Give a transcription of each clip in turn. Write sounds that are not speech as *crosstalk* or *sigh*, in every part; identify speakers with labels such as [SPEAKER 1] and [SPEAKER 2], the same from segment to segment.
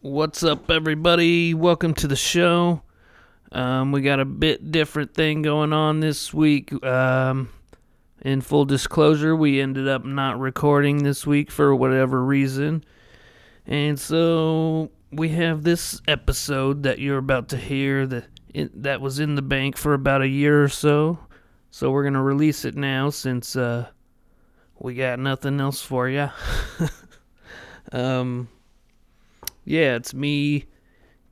[SPEAKER 1] What's up, everybody? Welcome to the show. Um, we got a bit different thing going on this week. Um, in full disclosure, we ended up not recording this week for whatever reason. And so we have this episode that you're about to hear that it, that was in the bank for about a year or so. So we're going to release it now since uh, we got nothing else for you. *laughs* um, yeah, it's me,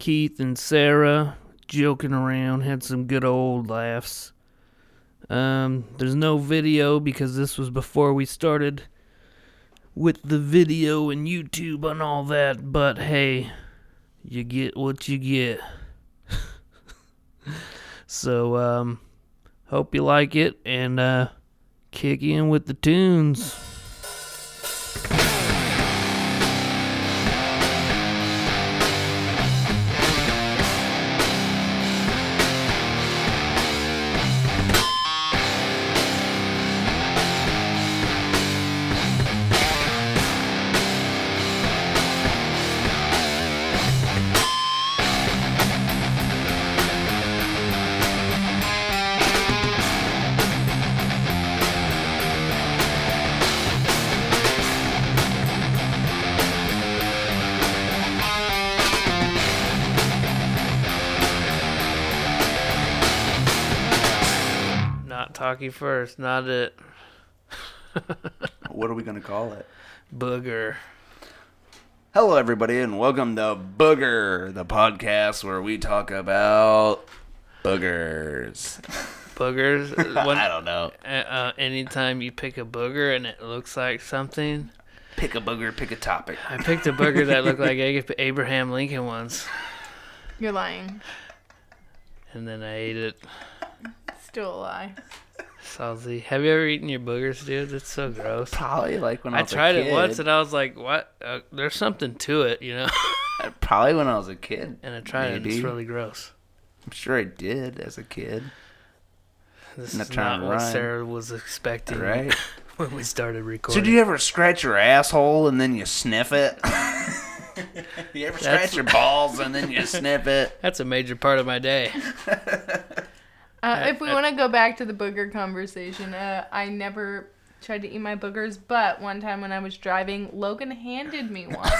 [SPEAKER 1] Keith, and Sarah joking around, had some good old laughs. Um, there's no video because this was before we started with the video and YouTube and all that, but hey, you get what you get. *laughs* so, um, hope you like it and, uh, kick in with the tunes. Not talkie first, not it.
[SPEAKER 2] What are we going to call it?
[SPEAKER 1] Booger.
[SPEAKER 2] Hello, everybody, and welcome to Booger, the podcast where we talk about boogers. *laughs*
[SPEAKER 1] *laughs* Boogers.
[SPEAKER 2] I
[SPEAKER 1] When-
[SPEAKER 2] don't know.
[SPEAKER 1] uh, uh, anytime you pick a booger and it looks like something.
[SPEAKER 2] Pick a booger, pick a topic.
[SPEAKER 1] I picked a booger that looked like Ag- *laughs* Abraham Lincoln once,
[SPEAKER 3] You're lying.
[SPEAKER 1] and then I ate it
[SPEAKER 3] Still a lie.
[SPEAKER 1] salty. Have you ever eaten your boogers, dude? That's so gross.
[SPEAKER 2] Probably like when I,
[SPEAKER 1] I
[SPEAKER 2] was
[SPEAKER 1] tried
[SPEAKER 2] a kid.
[SPEAKER 1] it once and I was like, "What? Uh, there's something to it, you know." *laughs*
[SPEAKER 2] Probably when I was a kid.
[SPEAKER 1] And I tried it, and it's
[SPEAKER 2] Maybe.
[SPEAKER 1] really gross.
[SPEAKER 2] I'm sure I did as a kid,
[SPEAKER 1] This
[SPEAKER 2] I'm not
[SPEAKER 1] is
[SPEAKER 2] trying
[SPEAKER 1] not
[SPEAKER 2] to
[SPEAKER 1] what
[SPEAKER 2] rhyme.
[SPEAKER 1] Sarah was expecting
[SPEAKER 2] right?
[SPEAKER 1] when we started
[SPEAKER 2] so,
[SPEAKER 1] recording.
[SPEAKER 2] do you ever scratch your asshole and then you sniff it? *laughs* you ever
[SPEAKER 1] That's-
[SPEAKER 2] scratch your balls and then you sniff it?
[SPEAKER 1] That's a major part of my day.
[SPEAKER 3] Uh, if we want to go back to the booger conversation, uh, I never tried to eat my boogers, but one time when I was driving, Logan handed
[SPEAKER 1] *laughs*
[SPEAKER 3] me one.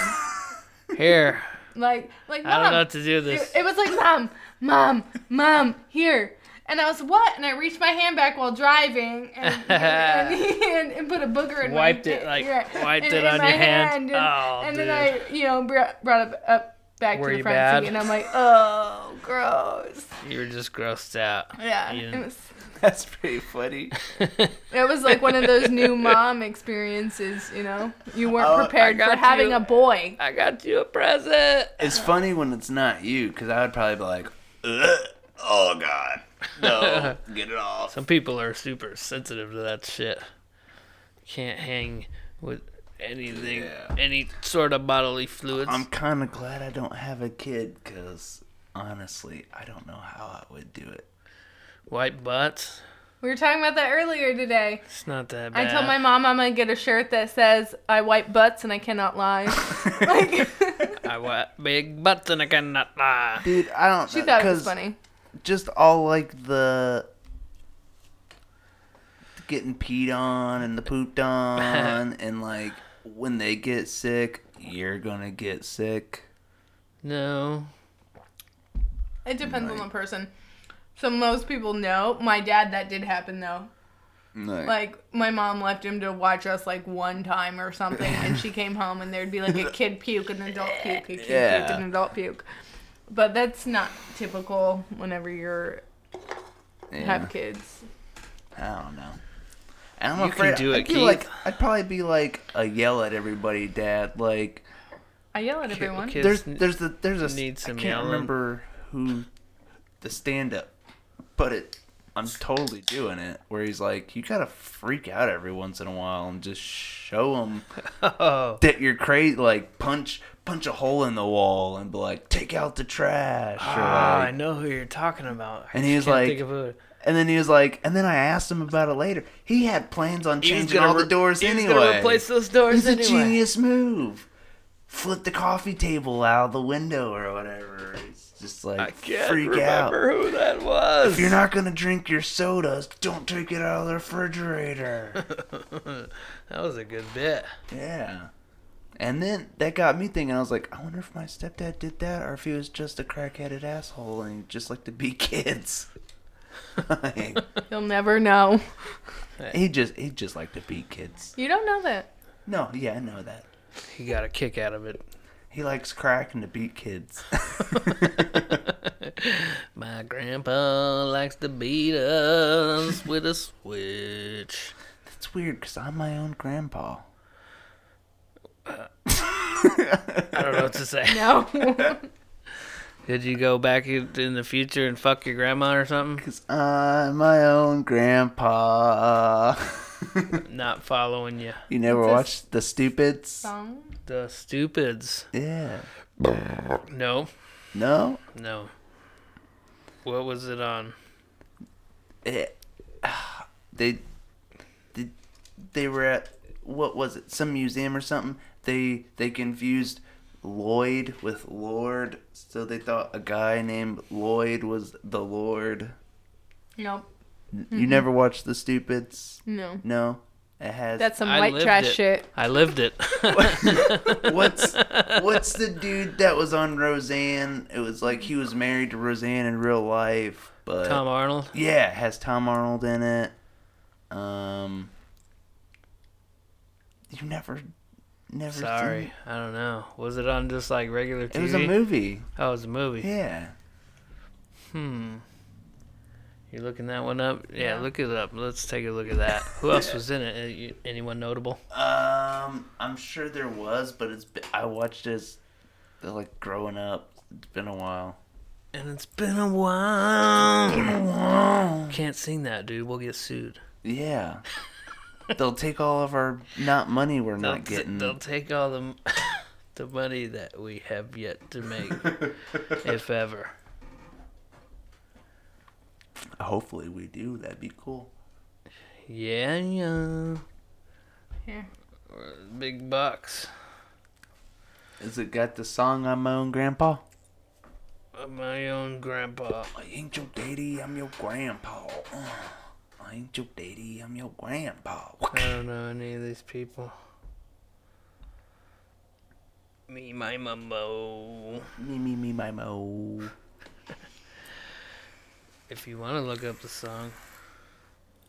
[SPEAKER 1] Here,
[SPEAKER 3] like, like mom.
[SPEAKER 1] I don't know what to do with
[SPEAKER 3] it,
[SPEAKER 1] this.
[SPEAKER 3] it was like mom, mom, mom, here. And I was what? And I reached my hand back while driving and
[SPEAKER 1] *laughs*
[SPEAKER 3] and, and, and put a booger in my
[SPEAKER 1] Wiped
[SPEAKER 3] hand-
[SPEAKER 1] it, like,
[SPEAKER 3] yeah,
[SPEAKER 1] wiped
[SPEAKER 3] in-
[SPEAKER 1] it
[SPEAKER 3] in
[SPEAKER 1] on
[SPEAKER 3] my
[SPEAKER 1] your hand.
[SPEAKER 3] and
[SPEAKER 1] Oh,
[SPEAKER 3] and
[SPEAKER 1] dude.
[SPEAKER 3] then I, you know, br- brought up up back
[SPEAKER 1] Were
[SPEAKER 3] to
[SPEAKER 1] you
[SPEAKER 3] the front
[SPEAKER 1] bad?
[SPEAKER 3] seat, and I'm like, oh, gross.
[SPEAKER 1] You were just grossed out.
[SPEAKER 3] Yeah,
[SPEAKER 1] You
[SPEAKER 3] it
[SPEAKER 1] didn't-
[SPEAKER 3] was.
[SPEAKER 2] *laughs* That's pretty funny.
[SPEAKER 3] It was like one of
[SPEAKER 2] *laughs*
[SPEAKER 3] those new mom experiences, you know? You weren't
[SPEAKER 2] Oh, I
[SPEAKER 3] prepared for
[SPEAKER 1] got
[SPEAKER 3] having
[SPEAKER 1] you.
[SPEAKER 3] a boy.
[SPEAKER 1] I got you a present.
[SPEAKER 2] It's funny when it's not you, because I would probably be like, "Ugh, "Oh God, no, get it off."
[SPEAKER 1] Some people are super sensitive to that shit. Can't hang with anything,
[SPEAKER 2] Yeah.
[SPEAKER 1] any sort of bodily fluids.
[SPEAKER 2] I'm kind of glad I don't have a kid, because honestly, I don't know how I would do it.
[SPEAKER 1] White butts.
[SPEAKER 3] We were talking about that earlier today.
[SPEAKER 1] It's not that
[SPEAKER 3] I
[SPEAKER 1] bad.
[SPEAKER 3] told my mom I'm going to get a shirt that says, I wipe butts and I cannot lie. *laughs* like,
[SPEAKER 1] I want big butts and I cannot lie.
[SPEAKER 2] *laughs* Dude, I don't.
[SPEAKER 3] she
[SPEAKER 2] know,
[SPEAKER 3] thought it
[SPEAKER 2] 'cause
[SPEAKER 3] was funny.
[SPEAKER 2] Just all like the getting peed on and the pooped on, and like when they get sick, you're gonna get sick.
[SPEAKER 1] No.
[SPEAKER 3] It depends on the person. So most people know. My dad, that did happen though.
[SPEAKER 2] Like,
[SPEAKER 3] Like, my mom left him to watch us like one time or something, and she came home and there'd be
[SPEAKER 2] *laughs*
[SPEAKER 3] like a kid puke, an adult puke, a kid
[SPEAKER 2] Yeah.
[SPEAKER 3] puke, an adult puke. But that's not typical whenever you're
[SPEAKER 2] yeah.
[SPEAKER 3] have kids.
[SPEAKER 2] I don't know. And I'm
[SPEAKER 1] You can
[SPEAKER 2] afraid
[SPEAKER 1] do
[SPEAKER 2] I'd
[SPEAKER 1] it,
[SPEAKER 2] be
[SPEAKER 1] Keith.
[SPEAKER 2] like I'd probably be like a yell at everybody, Dad. Like
[SPEAKER 3] I yell at
[SPEAKER 1] Ki-
[SPEAKER 3] everyone.
[SPEAKER 1] ki-
[SPEAKER 2] there's
[SPEAKER 1] n-
[SPEAKER 2] there's the there's a s-
[SPEAKER 1] need some
[SPEAKER 2] I can't
[SPEAKER 1] yelling.
[SPEAKER 2] remember who the stand up, but it I'm totally doing it. Where he's like, you gotta freak out every once in a while and just show them
[SPEAKER 1] *laughs* Oh.
[SPEAKER 2] that you're crazy. Like punch punch a hole in the wall and be like, take out the trash. or
[SPEAKER 1] Ah,
[SPEAKER 2] like-
[SPEAKER 1] I know who you're talking about. I
[SPEAKER 2] And
[SPEAKER 1] just
[SPEAKER 2] he was
[SPEAKER 1] can't
[SPEAKER 2] like-
[SPEAKER 1] think of who.
[SPEAKER 2] and then he was like, and then I asked him about it later. He had plans on
[SPEAKER 1] He's
[SPEAKER 2] changing
[SPEAKER 1] gonna
[SPEAKER 2] all
[SPEAKER 1] re-
[SPEAKER 2] the doors
[SPEAKER 1] he's
[SPEAKER 2] anyway.
[SPEAKER 1] gonna replace those doors
[SPEAKER 2] It's a
[SPEAKER 1] anyway.
[SPEAKER 2] genius move. flip the coffee table out the window or whatever. It's just like
[SPEAKER 1] I can't
[SPEAKER 2] freak out.
[SPEAKER 1] remember who that was. *laughs*
[SPEAKER 2] If you're not gonna drink your sodas, don't take it out of the
[SPEAKER 1] *laughs*
[SPEAKER 2] refrigerator.
[SPEAKER 1] that was a good bit.
[SPEAKER 2] yeah. And then that got me thinking. I was like, I wonder if my stepdad did that, or if he was just a crackheaded asshole and he just liked to beat *laughs* kids. Like,
[SPEAKER 3] You'll never know.
[SPEAKER 2] he just he just liked to beat kids.
[SPEAKER 3] You don't know that.
[SPEAKER 2] No, yeah, I know that.
[SPEAKER 1] He got a kick out of it.
[SPEAKER 2] He likes crack and to beat kids. *laughs*
[SPEAKER 1] *laughs* My grandpa likes to beat us with a switch.
[SPEAKER 2] That's weird because I'm my own grandpa.
[SPEAKER 1] I don't know what to say. *laughs*
[SPEAKER 3] No.
[SPEAKER 1] Could you go back in in the future and fuck your grandma or something?
[SPEAKER 2] Because I'm my own grandpa. *laughs*
[SPEAKER 1] Not following you.
[SPEAKER 2] you never
[SPEAKER 3] It's a
[SPEAKER 2] watched The Stupids?
[SPEAKER 3] Song?
[SPEAKER 1] The stupids.
[SPEAKER 2] Yeah.
[SPEAKER 1] No,
[SPEAKER 2] No?
[SPEAKER 1] no. What was it on?
[SPEAKER 2] It, *sighs* they, they, they were at, what was it, some museum or something? They, they confused Lloyd with Lord, so they thought a guy named Lloyd was the Lord.
[SPEAKER 3] Nope.
[SPEAKER 2] N-
[SPEAKER 3] Mm-hmm.
[SPEAKER 2] You never watched The Stupids?
[SPEAKER 3] No.
[SPEAKER 2] No? It has.
[SPEAKER 3] That's some
[SPEAKER 1] I
[SPEAKER 3] white
[SPEAKER 1] lived
[SPEAKER 3] trash
[SPEAKER 1] it.
[SPEAKER 3] shit.
[SPEAKER 1] I lived it.
[SPEAKER 2] *laughs* what's what's the dude that was on Roseanne? It was like he was married to Roseanne in real life, but
[SPEAKER 1] Tom Arnold?
[SPEAKER 2] yeah, it has Tom Arnold in it. Um, you never, never. seen
[SPEAKER 1] Sorry, I don't know. Was it on just like regular TV?
[SPEAKER 2] it? it was a movie.
[SPEAKER 1] Oh, it was a movie.
[SPEAKER 2] Yeah,
[SPEAKER 1] Hmm. You looking that one up? Yeah,
[SPEAKER 3] Yeah.
[SPEAKER 1] look it up. Let's take a look at that. Who *laughs* else was in it? Any- Anyone notable?
[SPEAKER 2] um, I'm sure there was, but it's been, I watched it as like growing up. It's been
[SPEAKER 1] *laughs*
[SPEAKER 2] a while.
[SPEAKER 1] And it's been a while.
[SPEAKER 2] Wow.
[SPEAKER 1] Can't sing that, dude. We'll get sued.
[SPEAKER 2] Yeah. They'll take all of our not money we're
[SPEAKER 1] They'll,
[SPEAKER 2] not
[SPEAKER 1] t-
[SPEAKER 2] getting.
[SPEAKER 1] they'll take all the m- *laughs* the money that we have yet to *laughs* make, if ever.
[SPEAKER 2] Hopefully we do. That'd be cool.
[SPEAKER 1] Yeah, yeah.
[SPEAKER 3] Here.
[SPEAKER 1] Big bucks.
[SPEAKER 2] Is it got the song "I'm My Own Grandpa"?
[SPEAKER 1] Uh, My own grandpa.
[SPEAKER 2] I ain't your daddy, I'm your grandpa. Uh, I ain't your daddy, I'm your grandpa. *laughs*
[SPEAKER 1] I don't know any of these people. Me, my mumbo.
[SPEAKER 2] me, me, me, my mo.
[SPEAKER 1] If you want to look up the song,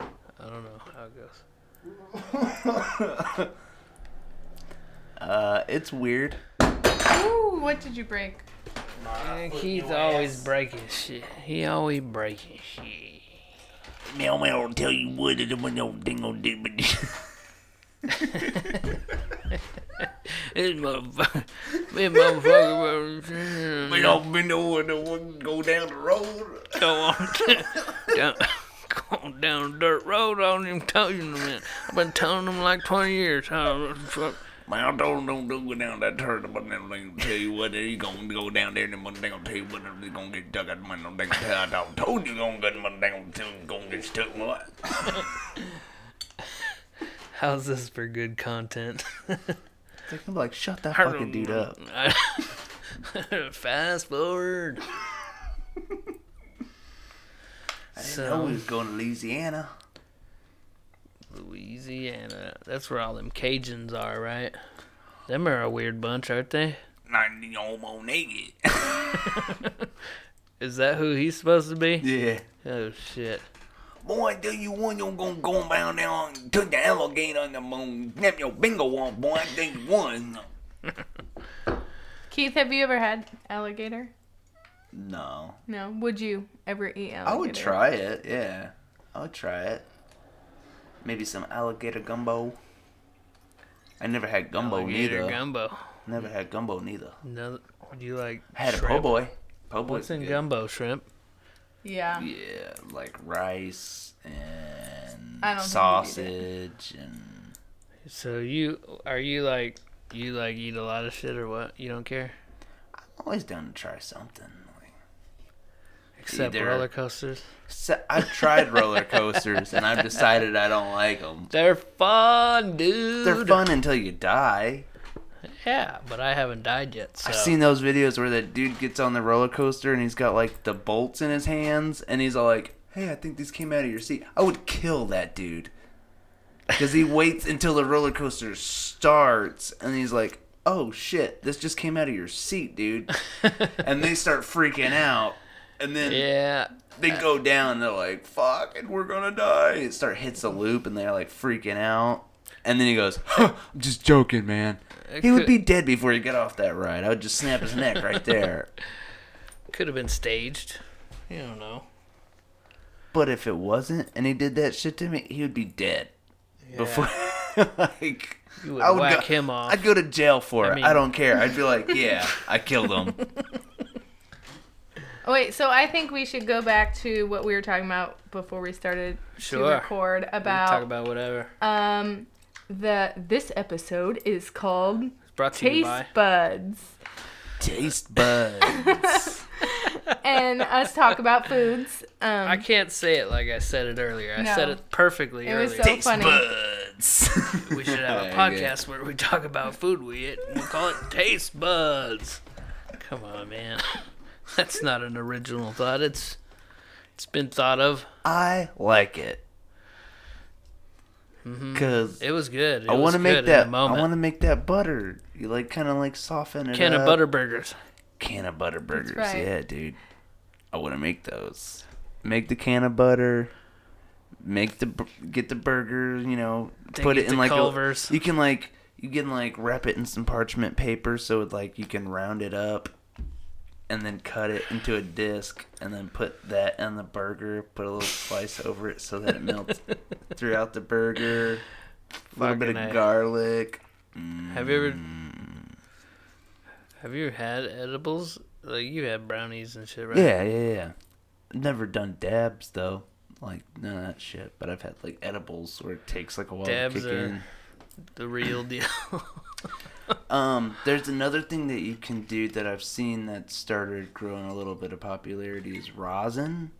[SPEAKER 1] I don't know how it goes.
[SPEAKER 2] Uh, it's weird.
[SPEAKER 3] Ooh, what did you break?
[SPEAKER 1] Keith's always breaking shit. He always breaking shit.
[SPEAKER 2] Meow meow will tell you what it when your oh, dingle dibbity. *laughs*
[SPEAKER 1] This motherfucker. This motherfucker.
[SPEAKER 2] We don't bend over and don't go down the road.
[SPEAKER 1] go
[SPEAKER 2] *laughs*
[SPEAKER 1] on down, go on down a dirt road. I don't even tell you in a minute. I've been telling them like 20 years. How fuck.
[SPEAKER 2] Man, I told them don't go down that turtle, but then they gonna tell you what they gonna go down there, and they gonna tell you what they gonna get stuck at, man. They gonna tell you, I told you gonna get, man. They gonna tell you gonna get stuck. What?
[SPEAKER 1] How's this for good content?
[SPEAKER 2] They're gonna be like, shut that fucking dude up.
[SPEAKER 1] *laughs* Fast forward.
[SPEAKER 2] I know
[SPEAKER 1] So,
[SPEAKER 2] we was going to Louisiana.
[SPEAKER 1] Louisiana. That's where all them Cajuns are, right? Them are a weird bunch, aren't they?
[SPEAKER 2] Ninety homo naked.
[SPEAKER 1] Is that who he's supposed to be?
[SPEAKER 2] *laughs* yeah.
[SPEAKER 1] Oh, shit.
[SPEAKER 2] Boy, I tell you one, you're gonna go down there and turn the alligator on the moon, snap your bingo on, boy. I tell you one.
[SPEAKER 3] Keith, have you ever had alligator?
[SPEAKER 2] No.
[SPEAKER 3] No. Would you ever eat alligator?
[SPEAKER 2] I would try it, yeah. I would try it. Maybe some alligator gumbo. I never had gumbo
[SPEAKER 1] Alligator
[SPEAKER 2] neither.
[SPEAKER 1] gumbo.
[SPEAKER 2] never had gumbo neither.
[SPEAKER 1] Another, do you like
[SPEAKER 2] I had a po'
[SPEAKER 1] shrimp?
[SPEAKER 2] boy. Po' boy.
[SPEAKER 1] What's in gumbo? Shrimp.
[SPEAKER 3] Yeah.
[SPEAKER 2] Yeah, like rice and
[SPEAKER 3] I don't think I could
[SPEAKER 2] sausage and
[SPEAKER 1] So you are you like you like eat a lot of shit or what? You don't care
[SPEAKER 2] always down to try something. Like,
[SPEAKER 1] except
[SPEAKER 2] Either.
[SPEAKER 1] roller coasters.
[SPEAKER 2] so- I've tried roller coasters and I've decided I don't like them.
[SPEAKER 1] They're fun, dude.
[SPEAKER 2] They're fun until you die.
[SPEAKER 1] Yeah, but I haven't died yet. So.
[SPEAKER 2] I've seen those videos where that dude gets on the roller coaster and he's got like the bolts in his hands and he's all like, "Hey, I think these came out of your seat." I would kill that dude because he waits until the roller coaster starts and he's like, "Oh shit, this just came out of your
[SPEAKER 1] *laughs*
[SPEAKER 2] seat, dude," and they start freaking out and then
[SPEAKER 1] Yeah.
[SPEAKER 2] they go down and they're like, "Fuck, and we're gonna die." It start hits a loop and they're like freaking out. And then he goes, huh, "I'm just joking, man." He would
[SPEAKER 1] could-
[SPEAKER 2] be dead before he got off that ride. I would just snap his neck
[SPEAKER 1] *laughs*
[SPEAKER 2] right there.
[SPEAKER 1] Could have been staged. You don't know.
[SPEAKER 2] But if it wasn't, and he did that shit to me, he would be dead before. *laughs* like,
[SPEAKER 1] You would
[SPEAKER 2] I would
[SPEAKER 1] whack
[SPEAKER 2] go,
[SPEAKER 1] him off.
[SPEAKER 2] I'd go to jail for it. I,
[SPEAKER 1] mean-
[SPEAKER 2] don't care. I'd
[SPEAKER 1] *laughs*
[SPEAKER 2] be like, "Yeah, I killed him."
[SPEAKER 3] Oh, wait, so I think we should go back to what we were talking about before we started
[SPEAKER 1] Sure.
[SPEAKER 3] to record
[SPEAKER 1] We can talk
[SPEAKER 3] about,
[SPEAKER 1] about whatever.
[SPEAKER 3] um the this episode is called
[SPEAKER 1] It's brought to you
[SPEAKER 3] Taste
[SPEAKER 1] by.
[SPEAKER 3] Buds
[SPEAKER 1] *laughs*
[SPEAKER 2] Taste buds.
[SPEAKER 3] and us talk about foods. Um
[SPEAKER 1] I can't say it like I said it earlier. I
[SPEAKER 3] No.
[SPEAKER 1] said it perfectly
[SPEAKER 3] It
[SPEAKER 1] earlier.
[SPEAKER 3] was so-
[SPEAKER 2] Taste
[SPEAKER 3] funny.
[SPEAKER 2] buds.
[SPEAKER 1] we should
[SPEAKER 2] *laughs*
[SPEAKER 1] have a podcast where we talk about food we eat. and We'll call it Taste Buds. Come on, man. *laughs* That's not an original thought. It's it's been thought of.
[SPEAKER 2] I like it because
[SPEAKER 1] Mm-hmm. It was good. It
[SPEAKER 2] I
[SPEAKER 1] want to
[SPEAKER 2] make
[SPEAKER 1] In
[SPEAKER 2] that.
[SPEAKER 1] the
[SPEAKER 2] I
[SPEAKER 1] moment.
[SPEAKER 2] want to make that butter. You like kind of like soften it.
[SPEAKER 1] Can of
[SPEAKER 2] up.
[SPEAKER 1] butter burgers.
[SPEAKER 2] can of butter burgers.
[SPEAKER 3] right.
[SPEAKER 2] Yeah, dude. I want to make those. Make the can of butter. Make the bur- get the burger. You know,
[SPEAKER 1] Take
[SPEAKER 2] put
[SPEAKER 1] it
[SPEAKER 2] it in
[SPEAKER 1] to
[SPEAKER 2] like
[SPEAKER 1] Culver's.
[SPEAKER 2] A, you can like you can like wrap it in some parchment paper so it like you can round it up, and then cut it into a disc, and then put that in the burger. Put a little slice over it so that
[SPEAKER 1] *laughs*
[SPEAKER 2] it melts throughout the burger. A little bit of
[SPEAKER 1] Fucking A.
[SPEAKER 2] garlic. Mm.
[SPEAKER 1] Have you ever? Have you had edibles? Like you had brownies and shit, right?
[SPEAKER 2] Yeah, yeah, yeah. I've never done dabs though, like none of that shit. But I've had like edibles where it takes like a while
[SPEAKER 1] Dabs
[SPEAKER 2] to kick
[SPEAKER 1] are-
[SPEAKER 2] in.
[SPEAKER 1] The real deal.
[SPEAKER 2] Um, there's another thing that you can do that I've seen that started growing a little bit of popularity is rosin,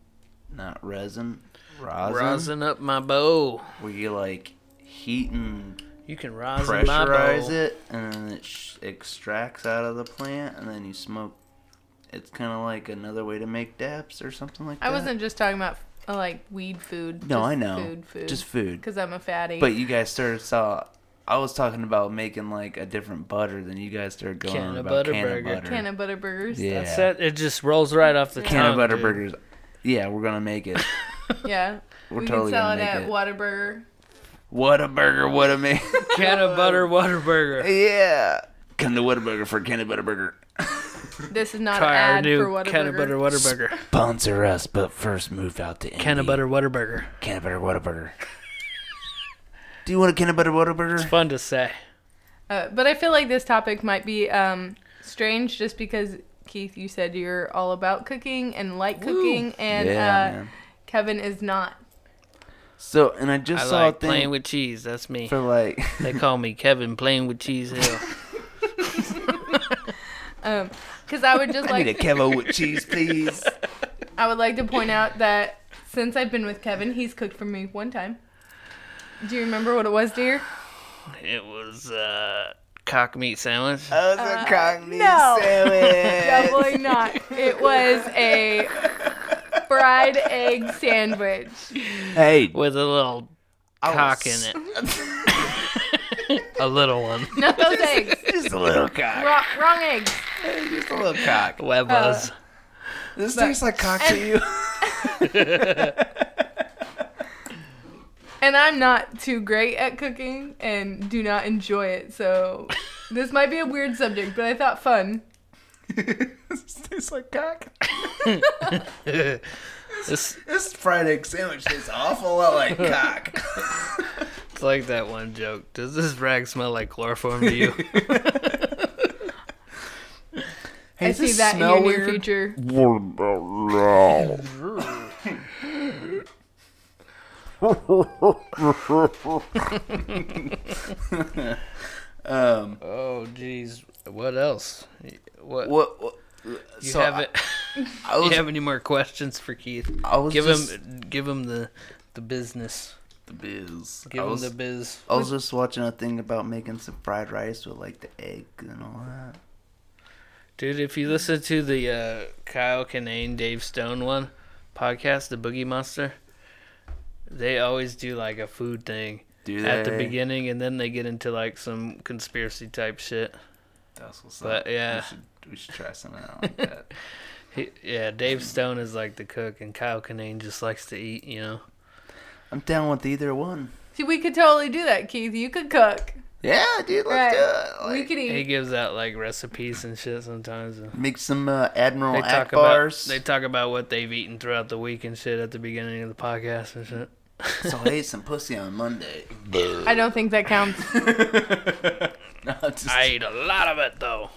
[SPEAKER 2] not resin, *laughs* rosin,
[SPEAKER 1] Rosin up my bow.
[SPEAKER 2] where you like heat and
[SPEAKER 1] You can rosin my
[SPEAKER 2] pressurize
[SPEAKER 1] bow.
[SPEAKER 2] it, and then it sh- extracts out of the plant, and then you smoke. It's kind of like another way to make dabs or something like that.
[SPEAKER 3] I wasn't just talking about uh, like weed food.
[SPEAKER 2] No,
[SPEAKER 3] just
[SPEAKER 2] I know.
[SPEAKER 3] Food, food.
[SPEAKER 2] Just food.
[SPEAKER 3] Because I'm a fatty.
[SPEAKER 2] But you guys started saw. I was talking about making like a different butter, then you guys started going
[SPEAKER 1] Can
[SPEAKER 2] on
[SPEAKER 1] of
[SPEAKER 2] about
[SPEAKER 1] butter
[SPEAKER 2] can
[SPEAKER 1] burger.
[SPEAKER 2] of butter.
[SPEAKER 3] can of butter burgers.
[SPEAKER 2] yeah.
[SPEAKER 1] That's it. It just rolls right off the
[SPEAKER 2] Can
[SPEAKER 1] tongue,
[SPEAKER 2] of butter
[SPEAKER 1] dude.
[SPEAKER 2] burgers. Yeah, we're gonna make it.
[SPEAKER 3] Yeah.
[SPEAKER 2] We're
[SPEAKER 3] we
[SPEAKER 2] totally
[SPEAKER 3] can sell
[SPEAKER 2] gonna
[SPEAKER 3] it
[SPEAKER 2] make
[SPEAKER 3] at
[SPEAKER 2] it.
[SPEAKER 3] Whataburger.
[SPEAKER 2] What a burger! What a man!
[SPEAKER 1] Can of butter water burger.
[SPEAKER 2] *laughs* yeah. Come to Whataburger for can of butter burger.
[SPEAKER 3] This is not
[SPEAKER 1] Try
[SPEAKER 3] an
[SPEAKER 1] our
[SPEAKER 3] ad
[SPEAKER 1] new
[SPEAKER 3] for Whataburger.
[SPEAKER 1] can of butter water burger.
[SPEAKER 2] Sponsor us, but first move out to Indy.
[SPEAKER 1] Can of butter water burger.
[SPEAKER 2] Can of butter. What a burger. Do you want a can of butter? What a burger?
[SPEAKER 1] Fun to say.
[SPEAKER 3] Uh, but I feel like this topic might be um, strange just because Keith, you said you're all about cooking and like cooking, and uh,
[SPEAKER 2] yeah, man.
[SPEAKER 3] Kevin is not.
[SPEAKER 2] So, and I just
[SPEAKER 1] I
[SPEAKER 2] saw
[SPEAKER 1] like
[SPEAKER 2] a thing
[SPEAKER 1] playing with cheese. That's me.
[SPEAKER 2] for like. *laughs*
[SPEAKER 1] They call me Kevin playing with cheese hill.
[SPEAKER 3] Because um,
[SPEAKER 2] *laughs*
[SPEAKER 3] I would just
[SPEAKER 2] I need a
[SPEAKER 3] like
[SPEAKER 2] Kevo with cheese,
[SPEAKER 1] *laughs*
[SPEAKER 2] please.
[SPEAKER 3] I would like to point out that since I've been with Kevin, he's cooked for me one time. Do you remember what it was, dear?
[SPEAKER 1] It was uh, cock meat sandwich.
[SPEAKER 2] That was a cognitive
[SPEAKER 3] no.
[SPEAKER 2] sandwich.
[SPEAKER 3] Definitely
[SPEAKER 1] *laughs*
[SPEAKER 3] not. It was a fried egg sandwich.
[SPEAKER 2] *laughs* Hey,
[SPEAKER 1] with a little
[SPEAKER 2] I
[SPEAKER 1] cock in
[SPEAKER 2] was-
[SPEAKER 1] it. a little one. *laughs*
[SPEAKER 3] Not those eggs.
[SPEAKER 2] *laughs* Just a little cock.
[SPEAKER 3] Wrong, wrong eggs.
[SPEAKER 2] Just a little cock.
[SPEAKER 1] *laughs* Huevos.
[SPEAKER 2] This tastes like cock to you.
[SPEAKER 3] And I'm not too great at cooking and do not enjoy it, so this might be a weird subject, but I thought fun.
[SPEAKER 2] *laughs* this tastes like cock.
[SPEAKER 1] It's,
[SPEAKER 2] This fried egg sandwich tastes awful lot
[SPEAKER 1] *laughs*
[SPEAKER 2] like cock.
[SPEAKER 1] it's like that one joke. Does this rag smell like chloroform to you?
[SPEAKER 2] Hey,
[SPEAKER 3] I
[SPEAKER 2] does
[SPEAKER 3] see
[SPEAKER 2] this
[SPEAKER 3] that in
[SPEAKER 2] smell
[SPEAKER 3] your near
[SPEAKER 2] weird?
[SPEAKER 3] future.
[SPEAKER 2] Um,
[SPEAKER 1] oh, jeez. What else? What?
[SPEAKER 2] what? what
[SPEAKER 1] you
[SPEAKER 2] so
[SPEAKER 1] have it. *laughs*
[SPEAKER 2] I, I was,
[SPEAKER 1] you have any more questions for Keith?
[SPEAKER 2] I was
[SPEAKER 1] Give
[SPEAKER 2] just,
[SPEAKER 1] him, give him the, the business.
[SPEAKER 2] the biz.
[SPEAKER 1] Give
[SPEAKER 2] I
[SPEAKER 1] him
[SPEAKER 2] was,
[SPEAKER 1] the biz.
[SPEAKER 2] I was just watching a thing about making some fried rice with like the egg and all that.
[SPEAKER 1] Dude, if you listen to the uh, Kyle Kinane, Dave Stone one podcast, The Boogie Monster, they always do like a food thing
[SPEAKER 2] Do
[SPEAKER 1] at the
[SPEAKER 2] they?
[SPEAKER 1] beginning and then they get into like some conspiracy type shit.
[SPEAKER 2] That's what's
[SPEAKER 1] But,
[SPEAKER 2] up.
[SPEAKER 1] yeah.
[SPEAKER 2] we should, we should try something
[SPEAKER 1] *laughs*
[SPEAKER 2] out like that.
[SPEAKER 1] He, yeah, Dave Stone is like the cook and Kyle Kinane just likes to eat, you know?
[SPEAKER 2] I'm down with either one.
[SPEAKER 3] See, we could totally do that, Keith. You could cook.
[SPEAKER 2] Yeah, dude, let's do it.
[SPEAKER 3] we
[SPEAKER 2] Like,
[SPEAKER 3] could e-
[SPEAKER 1] He
[SPEAKER 3] eat.
[SPEAKER 1] gives out like recipes and shit sometimes. and
[SPEAKER 2] make some uh, Admiral
[SPEAKER 1] They talk
[SPEAKER 2] Akbars.
[SPEAKER 1] about they talk about what they've eaten throughout the week and shit at the beginning of the podcast and shit.
[SPEAKER 2] *laughs* so I ate some pussy on Monday. *laughs*
[SPEAKER 3] I don't think that counts.
[SPEAKER 2] No, I'm just-
[SPEAKER 1] I ate a lot of it though.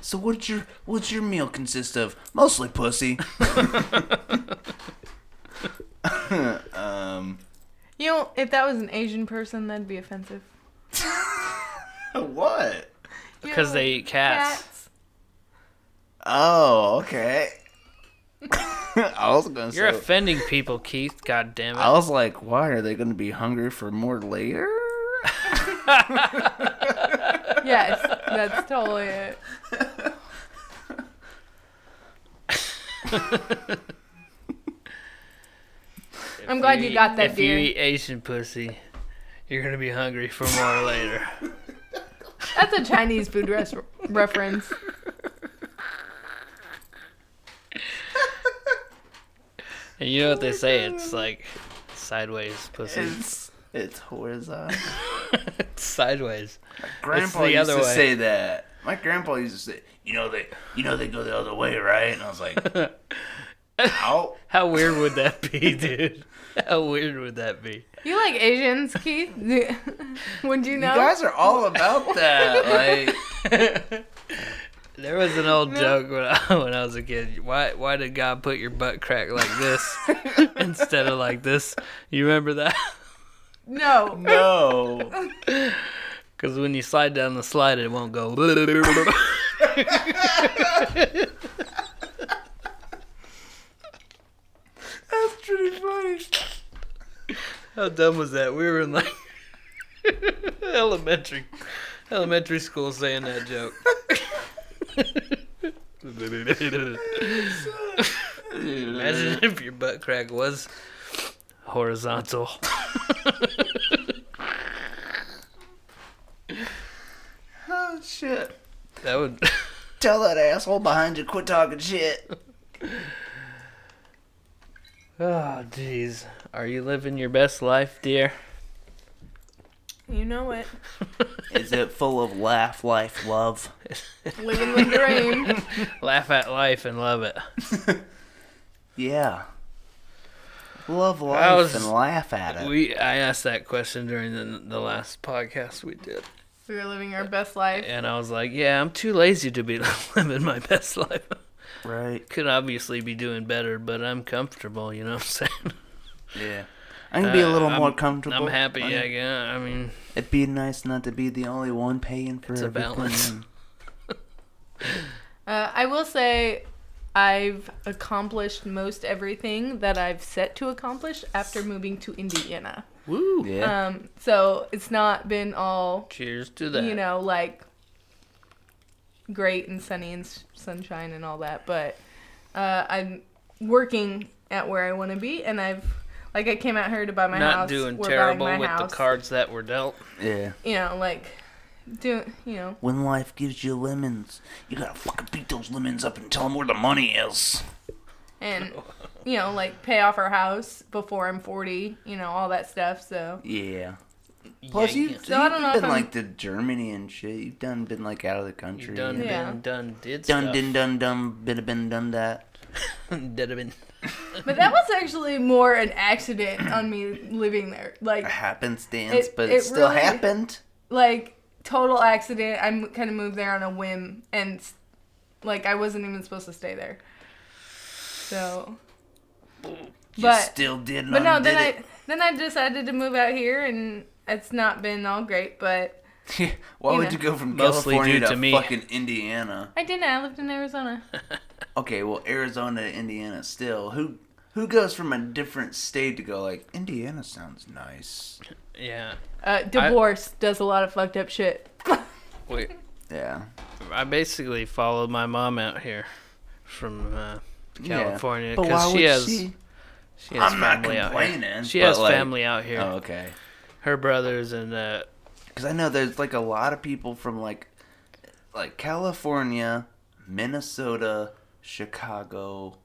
[SPEAKER 2] so what's your what's your meal consist of? Mostly
[SPEAKER 1] *laughs*
[SPEAKER 2] pussy. *laughs* um,
[SPEAKER 3] You know, if that was an Asian person, that'd be offensive.
[SPEAKER 2] what?
[SPEAKER 3] You
[SPEAKER 1] Because
[SPEAKER 3] know,
[SPEAKER 1] they eat cats.
[SPEAKER 2] Oh, okay. *laughs* I was gonna
[SPEAKER 1] You're
[SPEAKER 2] say.
[SPEAKER 1] offending people, Keith. God damn it.
[SPEAKER 2] I was like, why are they gonna be hungry for more
[SPEAKER 1] *laughs*
[SPEAKER 2] later?
[SPEAKER 3] Yes, that's totally
[SPEAKER 1] *laughs*
[SPEAKER 3] it. I'm glad you got that,
[SPEAKER 1] If you
[SPEAKER 3] dear.
[SPEAKER 1] eat Asian pussy, you're gonna be hungry for more later.
[SPEAKER 3] That's a Chinese food res- reference.
[SPEAKER 1] And you know what they say? It's like sideways pussy.
[SPEAKER 2] It's it's horizontal.
[SPEAKER 1] It's *laughs* sideways.
[SPEAKER 2] grandpa
[SPEAKER 1] the
[SPEAKER 2] used
[SPEAKER 1] other
[SPEAKER 2] to
[SPEAKER 1] way.
[SPEAKER 2] say that. My grandpa used to say, you know they you know they go the other way, right? And I
[SPEAKER 1] *laughs*
[SPEAKER 2] was like, ow.
[SPEAKER 1] How weird would that be, *laughs* dude? How weird would that be? *laughs*
[SPEAKER 3] You like Asians, Keith? *laughs* Would you know?
[SPEAKER 2] You guys are all
[SPEAKER 1] *laughs*
[SPEAKER 2] about that. Like
[SPEAKER 1] There was an old joke when I, *laughs* when I was a kid. Why why did God put your butt crack like
[SPEAKER 3] *laughs*
[SPEAKER 1] this instead of like this? You remember that?
[SPEAKER 3] no.
[SPEAKER 2] no.
[SPEAKER 1] Because when you slide down the slide, it won't go. *laughs*
[SPEAKER 2] That's pretty funny.
[SPEAKER 1] How dumb was that? We were in like *laughs* elementary elementary school saying that joke. Imagine if your butt crack was horizontal.
[SPEAKER 2] Oh shit.
[SPEAKER 1] That would *laughs*
[SPEAKER 2] Tell that asshole behind you, quit talking shit.
[SPEAKER 1] Oh jeez. Are you living your best life, dear?
[SPEAKER 3] You know it.
[SPEAKER 2] Is it full of laugh, life, love?
[SPEAKER 3] Living the dream.
[SPEAKER 1] Laugh at life and love it.
[SPEAKER 2] Yeah. Love
[SPEAKER 1] I
[SPEAKER 2] life
[SPEAKER 1] was-
[SPEAKER 2] and laugh at it.
[SPEAKER 1] We I asked that question during the, the last podcast we did.
[SPEAKER 3] We were living our best life.
[SPEAKER 1] And I was like, yeah, I'm too lazy to be *laughs* living my best life.
[SPEAKER 2] right.
[SPEAKER 1] could obviously be doing better, but I'm comfortable. You know what I'm saying?
[SPEAKER 2] Yeah. I can *laughs* be a
[SPEAKER 1] Uh,
[SPEAKER 2] little
[SPEAKER 1] I'm-
[SPEAKER 2] more comfortable.
[SPEAKER 1] I'm happy.
[SPEAKER 2] I-
[SPEAKER 1] I guess. I mean,
[SPEAKER 2] It'd be nice not to be the only one paying for
[SPEAKER 1] It's a
[SPEAKER 2] everything.
[SPEAKER 1] balance.
[SPEAKER 3] Uh, I will say I've accomplished most everything that I've set to accomplish after moving to Indiana.
[SPEAKER 1] woo!
[SPEAKER 2] *laughs* Yeah.
[SPEAKER 3] Um, so it's not been all,
[SPEAKER 1] Cheers to that.
[SPEAKER 3] you know, like great and sunny and s- sunshine and all that, but uh, I'm working at where I want to be and I've like I came out here to buy my
[SPEAKER 1] not
[SPEAKER 3] house.
[SPEAKER 1] doing
[SPEAKER 3] we're buying
[SPEAKER 1] terrible
[SPEAKER 3] my
[SPEAKER 1] with
[SPEAKER 3] house.
[SPEAKER 1] the cards that were dealt.
[SPEAKER 2] yeah.
[SPEAKER 3] You know, like doing, you know,
[SPEAKER 2] When life gives you lemons, you gotta fucking beat those lemons up and tell them where the money is.
[SPEAKER 1] *laughs*
[SPEAKER 3] and you know like pay off our house before i'm 40 you know all that stuff so
[SPEAKER 2] Yeah. Plus,
[SPEAKER 1] Yeah,
[SPEAKER 2] you've,
[SPEAKER 1] yeah.
[SPEAKER 2] you've
[SPEAKER 3] So I don't know
[SPEAKER 2] been
[SPEAKER 3] if I'm-
[SPEAKER 2] like to Germany and shit. You've done been like out of the country.
[SPEAKER 1] You done
[SPEAKER 3] Yeah.
[SPEAKER 1] been done did
[SPEAKER 2] Done,
[SPEAKER 1] stuff.
[SPEAKER 2] done, done, done, been, been, done that.
[SPEAKER 1] *laughs* Did have been.
[SPEAKER 3] but that was actually more an accident on me living there
[SPEAKER 2] A
[SPEAKER 3] like
[SPEAKER 2] happenstance,
[SPEAKER 3] It-
[SPEAKER 2] but it,
[SPEAKER 3] it
[SPEAKER 2] still
[SPEAKER 3] really-
[SPEAKER 2] happened.
[SPEAKER 3] like total accident i kind of moved there on a whim and like i wasn't even supposed to stay there so
[SPEAKER 2] you
[SPEAKER 3] but
[SPEAKER 2] still did,
[SPEAKER 3] but no
[SPEAKER 2] undid
[SPEAKER 3] then
[SPEAKER 2] it. *laughs*
[SPEAKER 3] i then i decided to move out here and it's not been all great but
[SPEAKER 2] Why
[SPEAKER 3] you
[SPEAKER 2] would
[SPEAKER 3] know.
[SPEAKER 2] you go from
[SPEAKER 1] Mostly
[SPEAKER 2] California
[SPEAKER 1] due
[SPEAKER 2] to,
[SPEAKER 1] to me.
[SPEAKER 2] fucking Indiana? *laughs*
[SPEAKER 3] i didn't i lived in arizona Uh,
[SPEAKER 2] Okay, well, Arizona to Indiana still. Who Who goes from a different state to go like Indiana sounds nice?
[SPEAKER 1] Yeah.
[SPEAKER 3] Uh, divorce does a lot of fucked up shit. *laughs*
[SPEAKER 1] Wait.
[SPEAKER 2] Yeah.
[SPEAKER 1] I basically followed my mom out here from uh,
[SPEAKER 2] Yeah.
[SPEAKER 1] California
[SPEAKER 2] But why
[SPEAKER 1] because
[SPEAKER 2] would
[SPEAKER 1] she has
[SPEAKER 2] she?
[SPEAKER 1] she has
[SPEAKER 2] I'm not
[SPEAKER 1] family out here.
[SPEAKER 2] complaining,
[SPEAKER 1] She
[SPEAKER 2] but,
[SPEAKER 1] has
[SPEAKER 2] like-
[SPEAKER 1] family out here.
[SPEAKER 2] Oh, okay.
[SPEAKER 1] Her brothers and uh,
[SPEAKER 2] Because I know there's like a lot of people from like, like California, Minnesota, Chicago,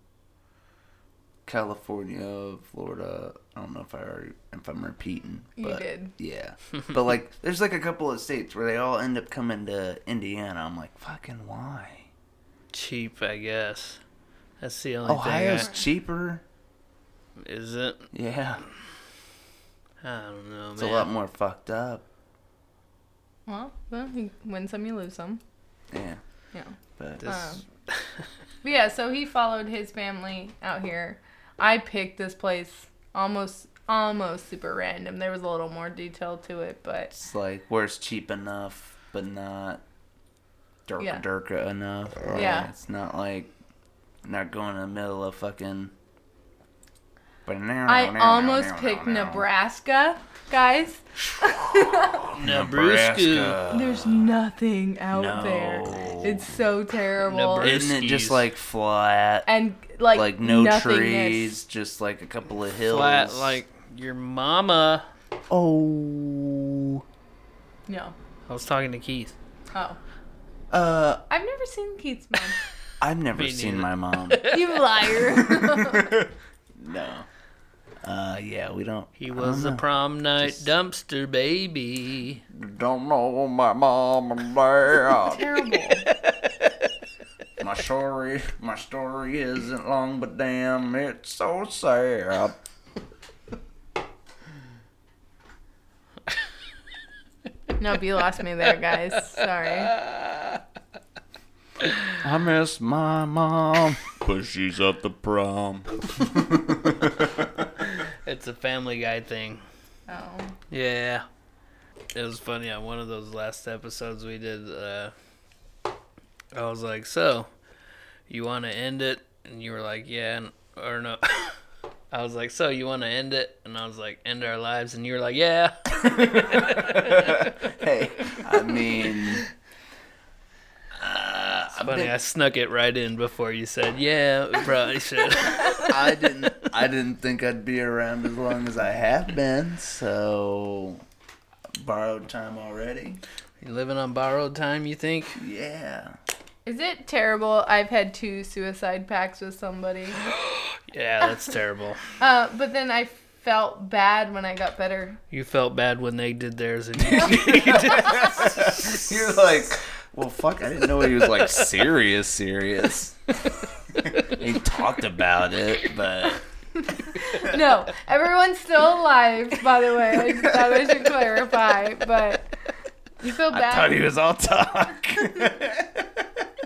[SPEAKER 2] California, Florida. I don't know if I already, if I'm repeating.
[SPEAKER 3] You
[SPEAKER 2] But
[SPEAKER 3] did.
[SPEAKER 1] *laughs*
[SPEAKER 2] Yeah. but like, there's like a couple of states where they all end up coming to Indiana. I'm like, fucking why?
[SPEAKER 1] cheap, I guess. That's the only
[SPEAKER 2] Ohio's
[SPEAKER 1] thing.
[SPEAKER 2] cheaper.
[SPEAKER 1] I, is it?
[SPEAKER 2] Yeah.
[SPEAKER 1] I don't know,
[SPEAKER 2] It's
[SPEAKER 1] man.
[SPEAKER 2] a lot more fucked up.
[SPEAKER 3] Well, well, you win some, you lose some.
[SPEAKER 2] Yeah.
[SPEAKER 3] Yeah.
[SPEAKER 2] But
[SPEAKER 3] Um,
[SPEAKER 1] This-
[SPEAKER 3] But yeah, so he followed his family out here. I picked this place almost almost super random. There was a little more detail to it, but
[SPEAKER 2] it's like, where's cheap enough, but not Durka
[SPEAKER 3] Yeah.
[SPEAKER 2] Durka enough.
[SPEAKER 3] Yeah.
[SPEAKER 2] It's not like, not going in the middle of fucking. But
[SPEAKER 3] I
[SPEAKER 2] *laughs*
[SPEAKER 3] almost picked Nebraska, guys. *laughs*
[SPEAKER 1] Nebraska.
[SPEAKER 3] There's nothing out
[SPEAKER 2] no.
[SPEAKER 3] there. It's so terrible.
[SPEAKER 1] Nebraska.
[SPEAKER 2] Isn't it just
[SPEAKER 1] Friskies.
[SPEAKER 2] like flat?
[SPEAKER 3] And like,
[SPEAKER 2] Like no
[SPEAKER 3] nothingness.
[SPEAKER 2] trees, just like a couple of hills.
[SPEAKER 1] Flat like your mama.
[SPEAKER 2] oh.
[SPEAKER 3] No.
[SPEAKER 1] I was talking to Keith.
[SPEAKER 3] Oh.
[SPEAKER 2] Uh,
[SPEAKER 3] I've never seen Keith's mom.
[SPEAKER 2] I've never
[SPEAKER 1] Me
[SPEAKER 2] seen
[SPEAKER 1] neither.
[SPEAKER 2] my
[SPEAKER 1] *laughs*
[SPEAKER 2] mom. *laughs*
[SPEAKER 3] you liar.
[SPEAKER 2] No. Uh, yeah, we don't.
[SPEAKER 1] He was a prom night dumpster baby. *laughs*
[SPEAKER 2] Don't know my mom and dad.
[SPEAKER 3] terrible.
[SPEAKER 2] my story, my story isn't long, but damn, it's so sad.
[SPEAKER 3] Nope, you lost me there, guys. Sorry.
[SPEAKER 2] I miss my mom, but she's up the prom.
[SPEAKER 1] It's a Family Guy thing.
[SPEAKER 3] Oh.
[SPEAKER 1] Yeah. It was funny on one of those last episodes we did. Uh, I was like, "So, you want to end it?" And you were like, "Yeah," and, or no. *laughs* I was like, "So, you want to end it?" And I was like, "End our lives." And you were like, "Yeah."
[SPEAKER 2] *laughs* Hey, I mean, uh, I,
[SPEAKER 1] Funny, I
[SPEAKER 2] bet-
[SPEAKER 1] snuck it right in before you said, "Yeah." We probably
[SPEAKER 3] *laughs*
[SPEAKER 1] should.
[SPEAKER 2] I didn't, I didn't think I'd be around as long as I have been, so borrowed time already.
[SPEAKER 1] *laughs* you living on borrowed time, you think?
[SPEAKER 2] Yeah.
[SPEAKER 3] Is it terrible? I've had two suicide pacts with somebody.
[SPEAKER 1] Yeah, that's terrible.
[SPEAKER 3] Uh, but then I felt bad when I got better.
[SPEAKER 1] You felt bad when they did theirs, and you, *laughs*
[SPEAKER 2] You're like, well, fuck, I didn't know he was like
[SPEAKER 1] *laughs*
[SPEAKER 2] serious, serious. he talked about it, but
[SPEAKER 3] No, everyone's still alive, by the way. I just thought I should clarify, but you feel
[SPEAKER 2] I thought
[SPEAKER 3] bad.
[SPEAKER 2] he was all
[SPEAKER 3] *laughs*
[SPEAKER 2] talk. *laughs*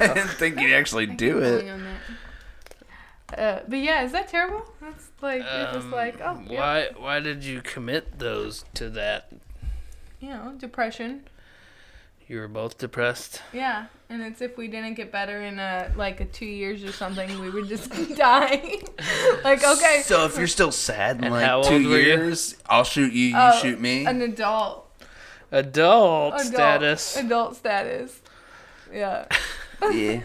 [SPEAKER 2] I didn't think he'd actually do
[SPEAKER 3] Going
[SPEAKER 2] it.
[SPEAKER 3] on that. Uh, but yeah, is that terrible? That's like *laughs* you're just
[SPEAKER 1] Um,
[SPEAKER 3] like oh yeah,
[SPEAKER 1] why? Why did you commit those to that?
[SPEAKER 3] you know depression
[SPEAKER 1] You were both depressed.
[SPEAKER 3] yeah, and it's if we didn't get better in a like a two years or something, we would just *laughs* die. like okay,
[SPEAKER 2] So if you're still sad in
[SPEAKER 1] And how
[SPEAKER 2] like
[SPEAKER 1] old
[SPEAKER 2] two
[SPEAKER 1] were you?
[SPEAKER 2] years, I'll shoot you, you
[SPEAKER 3] Oh,
[SPEAKER 2] shoot me.
[SPEAKER 3] an adult
[SPEAKER 1] Adult,
[SPEAKER 3] adult
[SPEAKER 1] status.
[SPEAKER 3] Adult status. Yeah.
[SPEAKER 2] Yeah.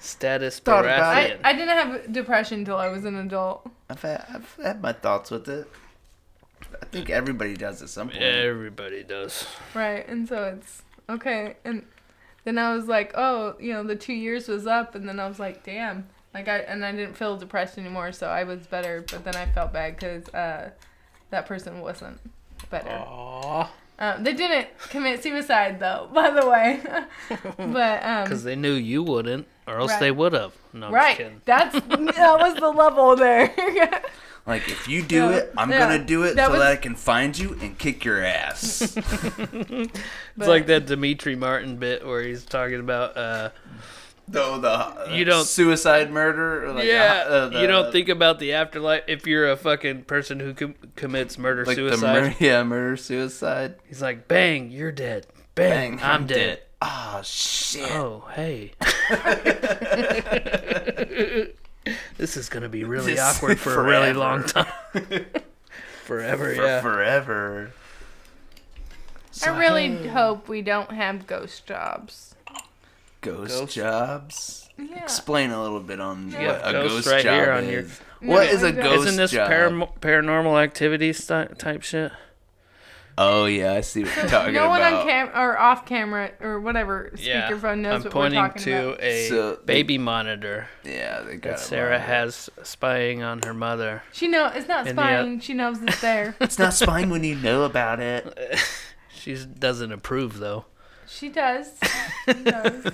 [SPEAKER 1] Status
[SPEAKER 2] Thought about
[SPEAKER 3] I,
[SPEAKER 1] paratheon.
[SPEAKER 3] I didn't have depression till I was an adult.
[SPEAKER 2] I've had, I've had my thoughts with it. I think everybody does at some point.
[SPEAKER 1] Everybody does.
[SPEAKER 3] Right. And so it's okay. And then I was like, oh, you know, the two years was up. And then I was like, damn. Like, I, and I didn't feel depressed anymore. So I was better. But then I felt bad because uh, that person wasn't better.
[SPEAKER 1] Aww.
[SPEAKER 3] Um, they didn't commit suicide, though, *laughs* by
[SPEAKER 1] *laughs*
[SPEAKER 3] the way. but,
[SPEAKER 1] Because
[SPEAKER 3] um,
[SPEAKER 1] they knew you wouldn't, or else
[SPEAKER 3] Right.
[SPEAKER 1] they would have. No, I'm just
[SPEAKER 3] right.
[SPEAKER 1] kidding.
[SPEAKER 3] That's, that was the level there. *laughs*
[SPEAKER 2] Like if you do
[SPEAKER 3] Yeah,
[SPEAKER 2] it, I'm
[SPEAKER 3] yeah.
[SPEAKER 2] gonna do it
[SPEAKER 3] That
[SPEAKER 2] so
[SPEAKER 3] was-
[SPEAKER 2] that I can find you and kick your ass.
[SPEAKER 3] But-
[SPEAKER 1] It's like that Dimitri Martin bit where he's talking about, uh,
[SPEAKER 2] Though the uh,
[SPEAKER 1] You don't-
[SPEAKER 2] suicide murder. Or like,
[SPEAKER 1] yeah,
[SPEAKER 2] uh, the-
[SPEAKER 1] you don't think about the afterlife if you're a fucking person who com- commits murder
[SPEAKER 2] like
[SPEAKER 1] suicide.
[SPEAKER 2] The mur- *laughs* yeah, murder suicide.
[SPEAKER 1] he's like, bang, you're dead. Bang, I'm, dead. *laughs*
[SPEAKER 2] Ah, Oh shit.
[SPEAKER 1] Oh, hey. this is gonna be really
[SPEAKER 2] This-
[SPEAKER 1] awkward for a really
[SPEAKER 2] forever.
[SPEAKER 1] long *laughs* time. forever,
[SPEAKER 2] For
[SPEAKER 1] yeah.
[SPEAKER 2] forever.
[SPEAKER 3] I really hope we don't have ghost jobs.
[SPEAKER 2] Ghost,
[SPEAKER 1] Ghost-
[SPEAKER 2] jobs.
[SPEAKER 3] Yeah.
[SPEAKER 2] Explain a little bit on
[SPEAKER 3] You
[SPEAKER 2] what
[SPEAKER 1] got
[SPEAKER 2] a
[SPEAKER 1] ghost
[SPEAKER 2] ghost
[SPEAKER 1] right
[SPEAKER 2] job
[SPEAKER 1] here on your-
[SPEAKER 2] is. What is a
[SPEAKER 3] Isn't
[SPEAKER 2] ghost
[SPEAKER 1] Isn't this
[SPEAKER 2] job?
[SPEAKER 1] param- paranormal activity sti- type shit?
[SPEAKER 2] oh yeah, I see what you're
[SPEAKER 3] no
[SPEAKER 2] talking
[SPEAKER 3] one
[SPEAKER 2] about.
[SPEAKER 3] on cam or off camera or whatever
[SPEAKER 1] Yeah,
[SPEAKER 3] speakerphone knows
[SPEAKER 1] I'm
[SPEAKER 3] what we're
[SPEAKER 1] pointing
[SPEAKER 3] talking
[SPEAKER 1] to
[SPEAKER 3] about.
[SPEAKER 1] a
[SPEAKER 2] So-
[SPEAKER 1] baby monitor
[SPEAKER 2] yeah, they got
[SPEAKER 1] that
[SPEAKER 2] it
[SPEAKER 1] Sarah
[SPEAKER 2] wrong.
[SPEAKER 1] has spying on her
[SPEAKER 2] *laughs*
[SPEAKER 1] mother.
[SPEAKER 3] She know it's not
[SPEAKER 1] in the, uh,
[SPEAKER 3] spying. she knows it's
[SPEAKER 1] *laughs*
[SPEAKER 3] there.
[SPEAKER 2] It's not spying when you know about it.
[SPEAKER 1] She doesn't approve though.
[SPEAKER 3] she does. She
[SPEAKER 1] *laughs*
[SPEAKER 3] does.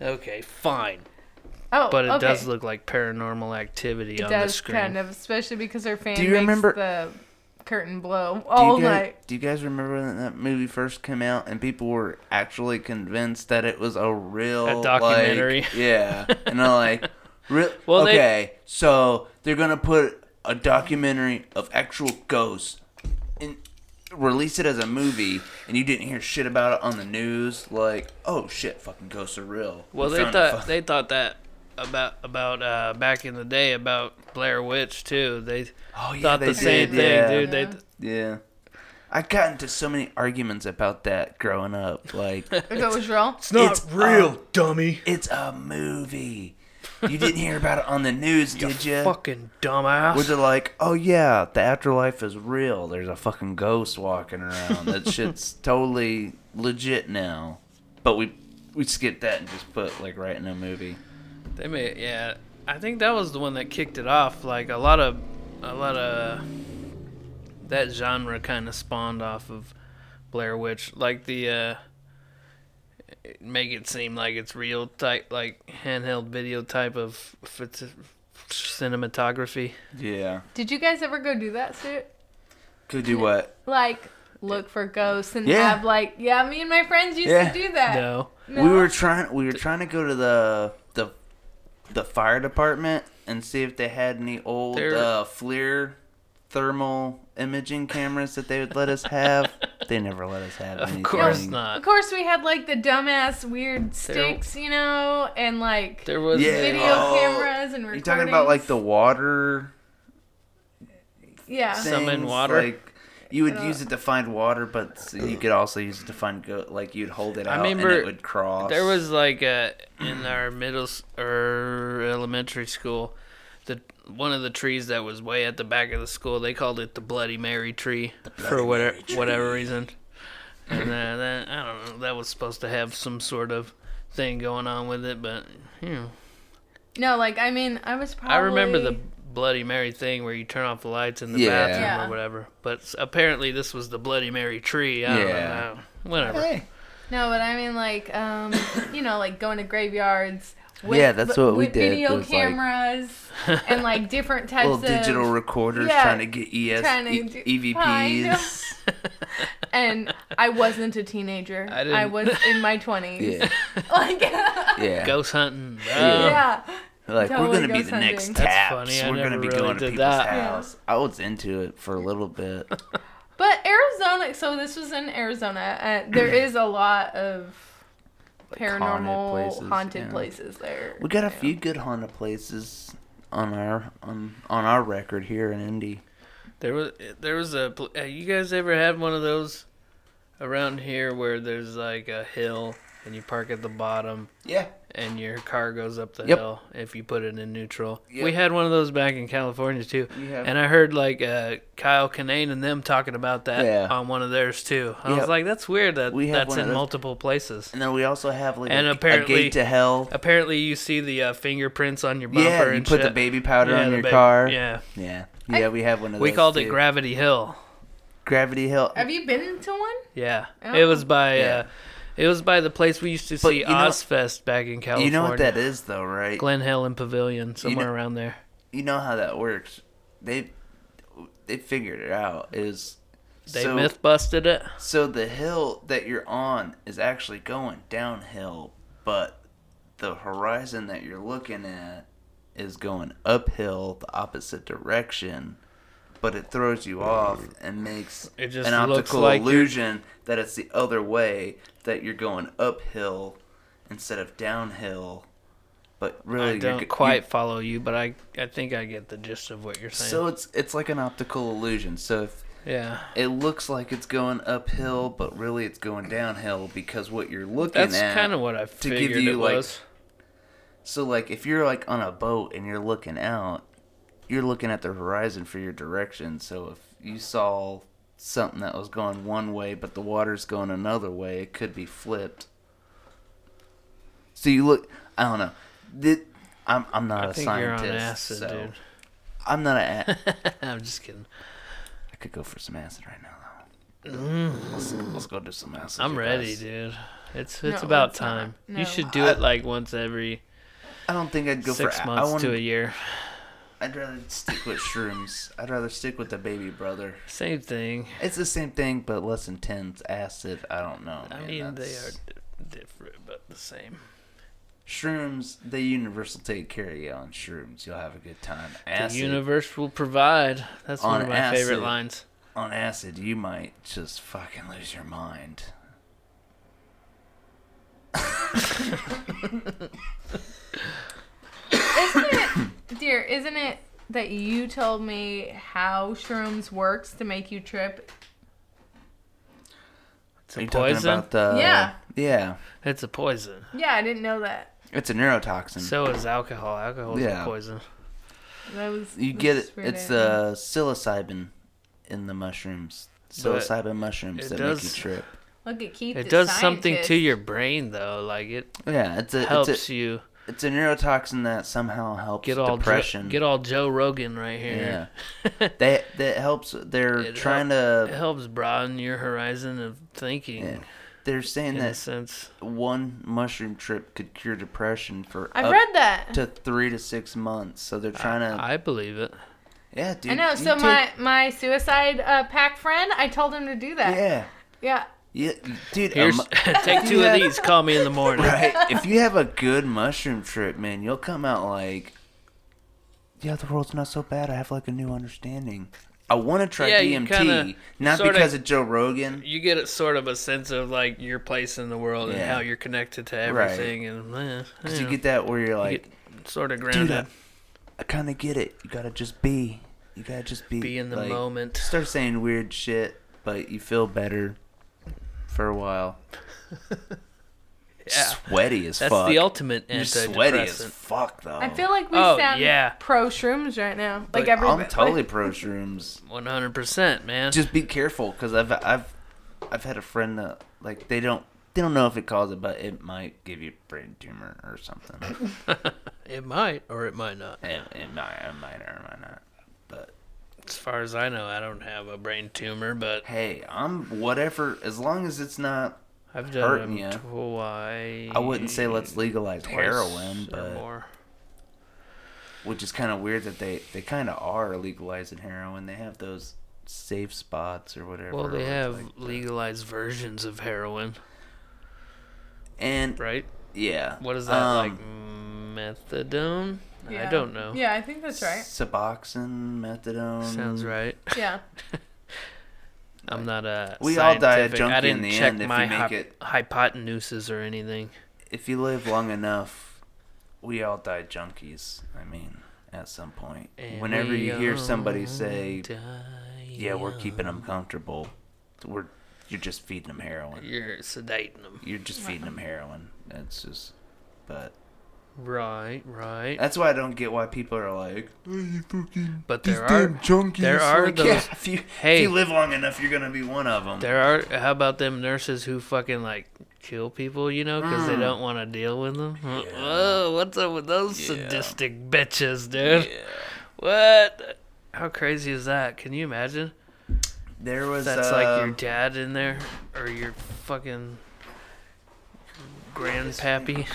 [SPEAKER 1] Okay, fine.
[SPEAKER 3] Oh,
[SPEAKER 1] But it
[SPEAKER 3] okay.
[SPEAKER 1] does look like paranormal activity
[SPEAKER 3] It
[SPEAKER 1] on the
[SPEAKER 3] does
[SPEAKER 1] screen.
[SPEAKER 3] kind of, especially because her fan
[SPEAKER 2] Do you
[SPEAKER 3] makes
[SPEAKER 2] remember-
[SPEAKER 3] the curtain blow all
[SPEAKER 2] do you guys,
[SPEAKER 3] night.
[SPEAKER 2] Do you guys remember when that movie first came out and people were actually convinced that it was a real
[SPEAKER 1] A documentary.
[SPEAKER 2] like- *laughs* yeah, and they're like, "Re-
[SPEAKER 1] *laughs* Well, they-
[SPEAKER 2] okay, so they're gonna put a documentary of actual ghosts and release it as a movie, and you didn't hear shit about it on the news. Like, oh shit, fucking ghosts are real.
[SPEAKER 1] Well,
[SPEAKER 2] We
[SPEAKER 1] they
[SPEAKER 2] found a
[SPEAKER 1] thought
[SPEAKER 2] fu-
[SPEAKER 1] they thought that about about uh, back in the day about Blair Witch too. They
[SPEAKER 2] *laughs* oh, yeah,
[SPEAKER 1] thought
[SPEAKER 2] they
[SPEAKER 1] the same
[SPEAKER 2] did,
[SPEAKER 1] thing,
[SPEAKER 2] yeah.
[SPEAKER 1] dude. They
[SPEAKER 2] Yeah. I got into so many arguments about that growing up. Like,
[SPEAKER 1] *laughs*
[SPEAKER 3] If it was real,
[SPEAKER 1] it's
[SPEAKER 2] not It's real,
[SPEAKER 1] dummy.
[SPEAKER 2] it's a movie. You didn't hear about it on the news, did you?
[SPEAKER 1] Fucking dumbass.
[SPEAKER 2] Where they're like, oh yeah, the afterlife is real. There's a fucking ghost walking around. That shit's totally legit now. But we we skipped that and just put like right in a movie.
[SPEAKER 1] They made yeah. I think that was the one that kicked it off. Like a lot of a lot of that genre kind of spawned off of Blair Witch. Like the uh make it seem like it's real type like handheld video type of fit- cinematography.
[SPEAKER 2] Yeah.
[SPEAKER 3] did you guys ever go do that shit?
[SPEAKER 2] Could do what?
[SPEAKER 3] Like look for ghosts and
[SPEAKER 2] Yeah.
[SPEAKER 3] have like yeah, me and my friends used
[SPEAKER 2] Yeah.
[SPEAKER 3] to do that.
[SPEAKER 1] No.
[SPEAKER 3] No.
[SPEAKER 2] We were trying we were trying to go to the the the fire department and see if they had any old
[SPEAKER 1] They're-
[SPEAKER 2] uh, FLIR thermal imaging cameras that they would let us
[SPEAKER 1] *laughs*
[SPEAKER 2] have. they never let us have
[SPEAKER 1] Of
[SPEAKER 2] anything.
[SPEAKER 1] course
[SPEAKER 3] Of
[SPEAKER 1] not.
[SPEAKER 3] course, we had like the dumbass weird sticks, you know, and like
[SPEAKER 1] There was
[SPEAKER 2] Yeah.
[SPEAKER 3] video
[SPEAKER 2] Oh,
[SPEAKER 3] cameras and
[SPEAKER 2] Are
[SPEAKER 3] recordings.
[SPEAKER 2] you talking about like the water
[SPEAKER 3] yeah.
[SPEAKER 1] Summon
[SPEAKER 2] things?
[SPEAKER 1] water?
[SPEAKER 2] Like, you would use it to find water, but s- you could also use it to find go. Like you'd hold it
[SPEAKER 1] I
[SPEAKER 2] out and
[SPEAKER 1] remember
[SPEAKER 2] it would cross.
[SPEAKER 1] There was like a in our middle s- or elementary school, the one of the trees that was way at the back of the school. They called it the Bloody Mary tree for whatever whatever reason. And uh, that I don't know. That was supposed to have some sort of thing going on with it, but you know,
[SPEAKER 3] No, like I mean, I was probably.
[SPEAKER 1] I remember the Bloody Mary thing where you turn off the lights in the
[SPEAKER 2] Yeah.
[SPEAKER 1] bathroom
[SPEAKER 3] Yeah.
[SPEAKER 1] or whatever. But s- apparently this was the Bloody Mary tree. I don't
[SPEAKER 2] Yeah.
[SPEAKER 1] know. Whatever. *laughs*
[SPEAKER 2] Hey.
[SPEAKER 3] No, but I mean like um, you know, like going to
[SPEAKER 2] *coughs*
[SPEAKER 3] graveyards. With,
[SPEAKER 2] Yeah, that's
[SPEAKER 3] but
[SPEAKER 2] what we
[SPEAKER 3] with
[SPEAKER 2] did. It
[SPEAKER 3] Video
[SPEAKER 2] was, like-
[SPEAKER 3] cameras and like different types
[SPEAKER 2] *laughs* little
[SPEAKER 3] of
[SPEAKER 2] digital recorders
[SPEAKER 3] Yeah,
[SPEAKER 2] trying to get ES
[SPEAKER 3] trying to
[SPEAKER 2] E-
[SPEAKER 3] do-
[SPEAKER 2] EVPs.
[SPEAKER 3] *laughs* and I wasn't a teenager.
[SPEAKER 1] I
[SPEAKER 3] I,
[SPEAKER 1] didn't-
[SPEAKER 3] was
[SPEAKER 2] *laughs*
[SPEAKER 3] in my twenties.
[SPEAKER 2] Yeah,
[SPEAKER 3] *laughs* Like
[SPEAKER 2] yeah.
[SPEAKER 1] Ghost hunting. oh.
[SPEAKER 2] Yeah.
[SPEAKER 3] yeah.
[SPEAKER 2] Like we're
[SPEAKER 3] Totally
[SPEAKER 2] gonna be
[SPEAKER 3] ghost
[SPEAKER 2] the next
[SPEAKER 3] hunting.
[SPEAKER 1] That's
[SPEAKER 2] taps.
[SPEAKER 1] funny, I
[SPEAKER 2] We're gonna
[SPEAKER 1] never
[SPEAKER 2] be
[SPEAKER 1] really
[SPEAKER 2] going to
[SPEAKER 1] did
[SPEAKER 2] people's
[SPEAKER 1] that.
[SPEAKER 3] Yeah.
[SPEAKER 2] house. I was into it for a little bit.
[SPEAKER 3] But Arizona, so this was in Arizona.
[SPEAKER 2] *clears throat*
[SPEAKER 3] Uh, there is a lot of paranormal haunted places,
[SPEAKER 2] yeah.
[SPEAKER 3] there.
[SPEAKER 2] We got a few good haunted places on our on on our record here in Indy.
[SPEAKER 1] There was there was a pl- uh, you guys ever had one of those around here where there's like a hill and you park at the bottom
[SPEAKER 2] Yeah.
[SPEAKER 1] and your car goes up the
[SPEAKER 2] Yep.
[SPEAKER 1] hill if you put it in neutral.
[SPEAKER 2] Yep.
[SPEAKER 1] We had one of those back in California too.
[SPEAKER 2] We have.
[SPEAKER 1] And I heard like uh, Kyle Kinane and them talking about that
[SPEAKER 2] Yeah.
[SPEAKER 1] on one of theirs too. I
[SPEAKER 2] Yep.
[SPEAKER 1] was like that's weird that
[SPEAKER 2] We
[SPEAKER 1] that's
[SPEAKER 2] have one of
[SPEAKER 1] in
[SPEAKER 2] those.
[SPEAKER 1] multiple places.
[SPEAKER 2] And then we also have like
[SPEAKER 1] And
[SPEAKER 2] a, a
[SPEAKER 1] apparently-
[SPEAKER 2] gate to hell.
[SPEAKER 1] Apparently you see the uh, fingerprints on your bumper
[SPEAKER 2] Yeah, you
[SPEAKER 1] and
[SPEAKER 2] put the
[SPEAKER 1] shit.
[SPEAKER 2] baby powder
[SPEAKER 1] Yeah,
[SPEAKER 2] on
[SPEAKER 1] the
[SPEAKER 2] your
[SPEAKER 1] ba-
[SPEAKER 2] car.
[SPEAKER 1] Yeah.
[SPEAKER 2] Yeah. Yeah, we have one of those.
[SPEAKER 1] We called it
[SPEAKER 2] too.
[SPEAKER 1] Gravity Hill.
[SPEAKER 2] Gravity Hill.
[SPEAKER 3] Have you been to one?
[SPEAKER 1] Yeah.
[SPEAKER 3] Oh.
[SPEAKER 1] It was by
[SPEAKER 2] Yeah.
[SPEAKER 1] uh it was by the place we used to
[SPEAKER 2] But
[SPEAKER 1] see
[SPEAKER 2] you know-
[SPEAKER 1] Ozfest back in California.
[SPEAKER 2] You know what that is though, right?
[SPEAKER 1] Glen Helen Pavilion, somewhere
[SPEAKER 2] know-
[SPEAKER 1] around there.
[SPEAKER 2] You know how that works. They they figured it out. Is
[SPEAKER 1] They myth busted it.
[SPEAKER 2] So the hill that you're on is actually going downhill, but the horizon that you're looking at is going uphill the opposite direction. But it throws you off and makes
[SPEAKER 1] It just
[SPEAKER 2] an
[SPEAKER 1] looks
[SPEAKER 2] optical
[SPEAKER 1] like you're-
[SPEAKER 2] illusion that it's the other way that you're going uphill instead of downhill. But really,
[SPEAKER 1] I
[SPEAKER 2] Oh, you're
[SPEAKER 1] don't
[SPEAKER 2] g-
[SPEAKER 1] quite follow you, but I I think I get the gist of what you're saying.
[SPEAKER 2] So it's it's like an optical illusion. So if
[SPEAKER 1] yeah,
[SPEAKER 2] it looks like it's going uphill, but really it's going downhill because what you're looking
[SPEAKER 1] that's
[SPEAKER 2] at.
[SPEAKER 1] kind of what I
[SPEAKER 2] uh, to give
[SPEAKER 1] figured
[SPEAKER 2] you,
[SPEAKER 1] it
[SPEAKER 2] like,
[SPEAKER 1] was. *laughs*
[SPEAKER 2] So like if you're like on a boat and you're looking out, you're looking at the horizon for your direction. So if you saw something that was going one way but the water's going another way, it could be flipped. So you look. I don't know. Thi- I'm I'm not
[SPEAKER 1] I
[SPEAKER 2] a
[SPEAKER 1] think you're
[SPEAKER 2] scientist.
[SPEAKER 1] on acid,
[SPEAKER 2] so
[SPEAKER 1] dude.
[SPEAKER 2] I'm not a. a-
[SPEAKER 1] I'm just kidding.
[SPEAKER 2] I could go for some acid right
[SPEAKER 1] *laughs*
[SPEAKER 2] now. though. Let's, let's go do some acid.
[SPEAKER 1] Mm. I'm
[SPEAKER 2] you
[SPEAKER 1] ready,
[SPEAKER 2] guys.
[SPEAKER 1] dude. It's
[SPEAKER 3] No,
[SPEAKER 1] it's about
[SPEAKER 3] it's not.
[SPEAKER 1] time.
[SPEAKER 3] No.
[SPEAKER 1] You should do it like once every
[SPEAKER 2] I don't think I'd go
[SPEAKER 1] six
[SPEAKER 2] for. a- I
[SPEAKER 1] months
[SPEAKER 2] want.
[SPEAKER 1] to a year. *laughs*
[SPEAKER 2] I'd rather stick with shrooms. I'd rather stick with the baby brother.
[SPEAKER 1] Same thing.
[SPEAKER 2] It's the same thing, but less intense. Acid, I don't know.
[SPEAKER 1] I
[SPEAKER 2] man.
[SPEAKER 1] mean, they are
[SPEAKER 2] That's-
[SPEAKER 1] di- different, but the same.
[SPEAKER 2] shrooms. They universal take care of you on shrooms. You'll have a good time. Acid
[SPEAKER 1] The universe will provide. That's one
[SPEAKER 2] On
[SPEAKER 1] of my
[SPEAKER 2] acid.
[SPEAKER 1] favorite lines.
[SPEAKER 2] on acid, you might just fucking lose your mind.
[SPEAKER 3] Isn't it, *coughs* dear? Isn't it that you told me how shrooms works to make you trip?
[SPEAKER 1] It's
[SPEAKER 2] Are
[SPEAKER 1] a
[SPEAKER 2] you
[SPEAKER 1] poison.
[SPEAKER 2] talking about the?
[SPEAKER 3] Yeah.
[SPEAKER 2] yeah.
[SPEAKER 1] it's a poison.
[SPEAKER 3] Yeah, I didn't know that.
[SPEAKER 2] It's a neurotoxin.
[SPEAKER 1] So is alcohol. Alcohol is
[SPEAKER 2] Hmm. Yeah.
[SPEAKER 1] a poison.
[SPEAKER 3] That was
[SPEAKER 2] you
[SPEAKER 3] this
[SPEAKER 2] get
[SPEAKER 3] is
[SPEAKER 2] it.
[SPEAKER 3] weird,
[SPEAKER 2] It's
[SPEAKER 3] I didn't know.
[SPEAKER 2] uh, psilocybin in the mushrooms. Psilocybin mushrooms
[SPEAKER 1] it
[SPEAKER 2] that make
[SPEAKER 1] does-
[SPEAKER 2] you trip.
[SPEAKER 3] Look at Keith.
[SPEAKER 1] It
[SPEAKER 3] the
[SPEAKER 1] does something to
[SPEAKER 3] scientist.
[SPEAKER 1] your brain though. Like it
[SPEAKER 2] Yeah, it's a
[SPEAKER 1] helps
[SPEAKER 2] it's a,
[SPEAKER 1] you
[SPEAKER 2] it's a neurotoxin that somehow helps
[SPEAKER 1] get all
[SPEAKER 2] depression.
[SPEAKER 1] Joe, get all Joe Rogan right here. Yeah.
[SPEAKER 2] that that helps. They're
[SPEAKER 1] It
[SPEAKER 2] trying
[SPEAKER 1] *laughs* it
[SPEAKER 2] to.
[SPEAKER 1] helps broaden your horizon of thinking.
[SPEAKER 2] yeah. They're saying
[SPEAKER 1] In a
[SPEAKER 2] that
[SPEAKER 1] sense,
[SPEAKER 2] one mushroom trip could cure depression for
[SPEAKER 3] I've
[SPEAKER 1] uh,
[SPEAKER 2] up
[SPEAKER 3] read that.
[SPEAKER 2] to three to six months. So they're trying to.
[SPEAKER 1] I believe it.
[SPEAKER 2] yeah, dude.
[SPEAKER 3] I know.
[SPEAKER 2] you
[SPEAKER 3] So
[SPEAKER 2] take-
[SPEAKER 3] my my suicide uh, pack friend, I told him to do that.
[SPEAKER 2] Yeah,
[SPEAKER 3] Yeah.
[SPEAKER 2] yeah, dude. um, a
[SPEAKER 1] Here's *laughs*
[SPEAKER 2] mu-
[SPEAKER 1] take
[SPEAKER 2] *laughs*
[SPEAKER 1] two
[SPEAKER 2] Yeah.
[SPEAKER 1] of these. Call me in the morning.
[SPEAKER 2] right.
[SPEAKER 1] *laughs*
[SPEAKER 2] If you have a good mushroom trip, man, you'll come out like, yeah, the world's not so bad. I have like a new understanding. I want to try
[SPEAKER 1] Yeah, you
[SPEAKER 2] DMT,
[SPEAKER 1] kinda-
[SPEAKER 2] not
[SPEAKER 1] sorta-
[SPEAKER 2] because of Joe Rogan.
[SPEAKER 1] You get a sort of a sense of like your place in the world and
[SPEAKER 2] Yeah.
[SPEAKER 1] how you're connected to
[SPEAKER 2] Right.
[SPEAKER 1] everything, and eh, you,
[SPEAKER 2] 'Cause you
[SPEAKER 1] know,
[SPEAKER 2] get that where you're like,
[SPEAKER 1] sort of
[SPEAKER 2] dude,
[SPEAKER 1] grounded.
[SPEAKER 2] I, I kind of get it. You gotta just be. You gotta just be.
[SPEAKER 1] be in the
[SPEAKER 2] like,
[SPEAKER 1] moment.
[SPEAKER 2] Start saying weird shit, but you feel better for a while.
[SPEAKER 1] *laughs* Yeah.
[SPEAKER 2] Sweaty as
[SPEAKER 1] That's
[SPEAKER 2] fuck.
[SPEAKER 1] the ultimate
[SPEAKER 2] You're
[SPEAKER 1] antidepressant.
[SPEAKER 2] sweaty as fuck though.
[SPEAKER 3] I feel like we
[SPEAKER 1] Oh,
[SPEAKER 3] sound
[SPEAKER 1] yeah.
[SPEAKER 3] pro shrooms right now.
[SPEAKER 1] But
[SPEAKER 3] Like everybody.
[SPEAKER 2] I'm totally pro shrooms.
[SPEAKER 1] One hundred percent, man.
[SPEAKER 2] Just be careful, cause I've I've I've had a friend that like they don't they don't know if it causes it, but it might give you a brain tumor
[SPEAKER 1] *laughs*
[SPEAKER 2] or something.
[SPEAKER 1] it might or it might not.
[SPEAKER 2] it, it might it might or it might not. But
[SPEAKER 1] As far as I know, I don't have a brain tumor, but
[SPEAKER 2] hey, I'm whatever. As long as it's not,
[SPEAKER 1] I've done
[SPEAKER 2] hurting
[SPEAKER 1] them
[SPEAKER 2] ya.
[SPEAKER 1] twice.
[SPEAKER 2] I wouldn't say let's legalize
[SPEAKER 1] Mm. twice
[SPEAKER 2] heroin,
[SPEAKER 1] or
[SPEAKER 2] but
[SPEAKER 1] more.
[SPEAKER 2] which is kind of weird that they they kind of are legalizing heroin. They have those safe spots or whatever.
[SPEAKER 1] Well,
[SPEAKER 2] where
[SPEAKER 1] they
[SPEAKER 2] it's
[SPEAKER 1] have
[SPEAKER 2] like the-
[SPEAKER 1] legalized versions of heroin,
[SPEAKER 2] and
[SPEAKER 1] right?
[SPEAKER 2] yeah.
[SPEAKER 1] What is that like?
[SPEAKER 2] um,
[SPEAKER 1] Methadone?
[SPEAKER 3] Yeah.
[SPEAKER 1] I don't know.
[SPEAKER 3] Yeah, I think that's right.
[SPEAKER 2] Suboxone, methadone.
[SPEAKER 1] Sounds right.
[SPEAKER 3] Yeah.
[SPEAKER 1] I'm not a.
[SPEAKER 2] We all die a
[SPEAKER 1] scientific-
[SPEAKER 2] junkie
[SPEAKER 1] I
[SPEAKER 2] in
[SPEAKER 1] didn't
[SPEAKER 2] the
[SPEAKER 1] check
[SPEAKER 2] end if
[SPEAKER 1] my
[SPEAKER 2] you make
[SPEAKER 1] hyp-
[SPEAKER 2] it.
[SPEAKER 1] hypotenuses or anything.
[SPEAKER 2] If you live long enough, we all die junkies. I mean, at some point.
[SPEAKER 1] And
[SPEAKER 2] Whenever
[SPEAKER 1] we
[SPEAKER 2] you hear
[SPEAKER 1] all
[SPEAKER 2] somebody say,
[SPEAKER 1] die
[SPEAKER 2] "Yeah, we're
[SPEAKER 1] young."
[SPEAKER 2] keeping them comfortable," we're you're just feeding them heroin.
[SPEAKER 1] You're sedating them.
[SPEAKER 2] You're just feeding them heroin. That's just, but.
[SPEAKER 1] Right, right.
[SPEAKER 2] That's why I don't get why people are like, "Oh, you fucking
[SPEAKER 1] But
[SPEAKER 2] these
[SPEAKER 1] there are-
[SPEAKER 2] damn junkies."
[SPEAKER 1] there are
[SPEAKER 2] Like,
[SPEAKER 1] those-
[SPEAKER 2] yeah, if you if
[SPEAKER 1] Hey.
[SPEAKER 2] you live long enough, you're gonna be one of them.
[SPEAKER 1] There are. How about them nurses who fucking like kill people, you know, because they
[SPEAKER 2] Mm.
[SPEAKER 1] don't want to deal with them? Huh? Whoa, what's up with those sadistic bitches, dude? What? How crazy is that? Can you imagine?
[SPEAKER 2] There was
[SPEAKER 1] That's like your
[SPEAKER 2] um,
[SPEAKER 1] dad in there, or your fucking grandpappy.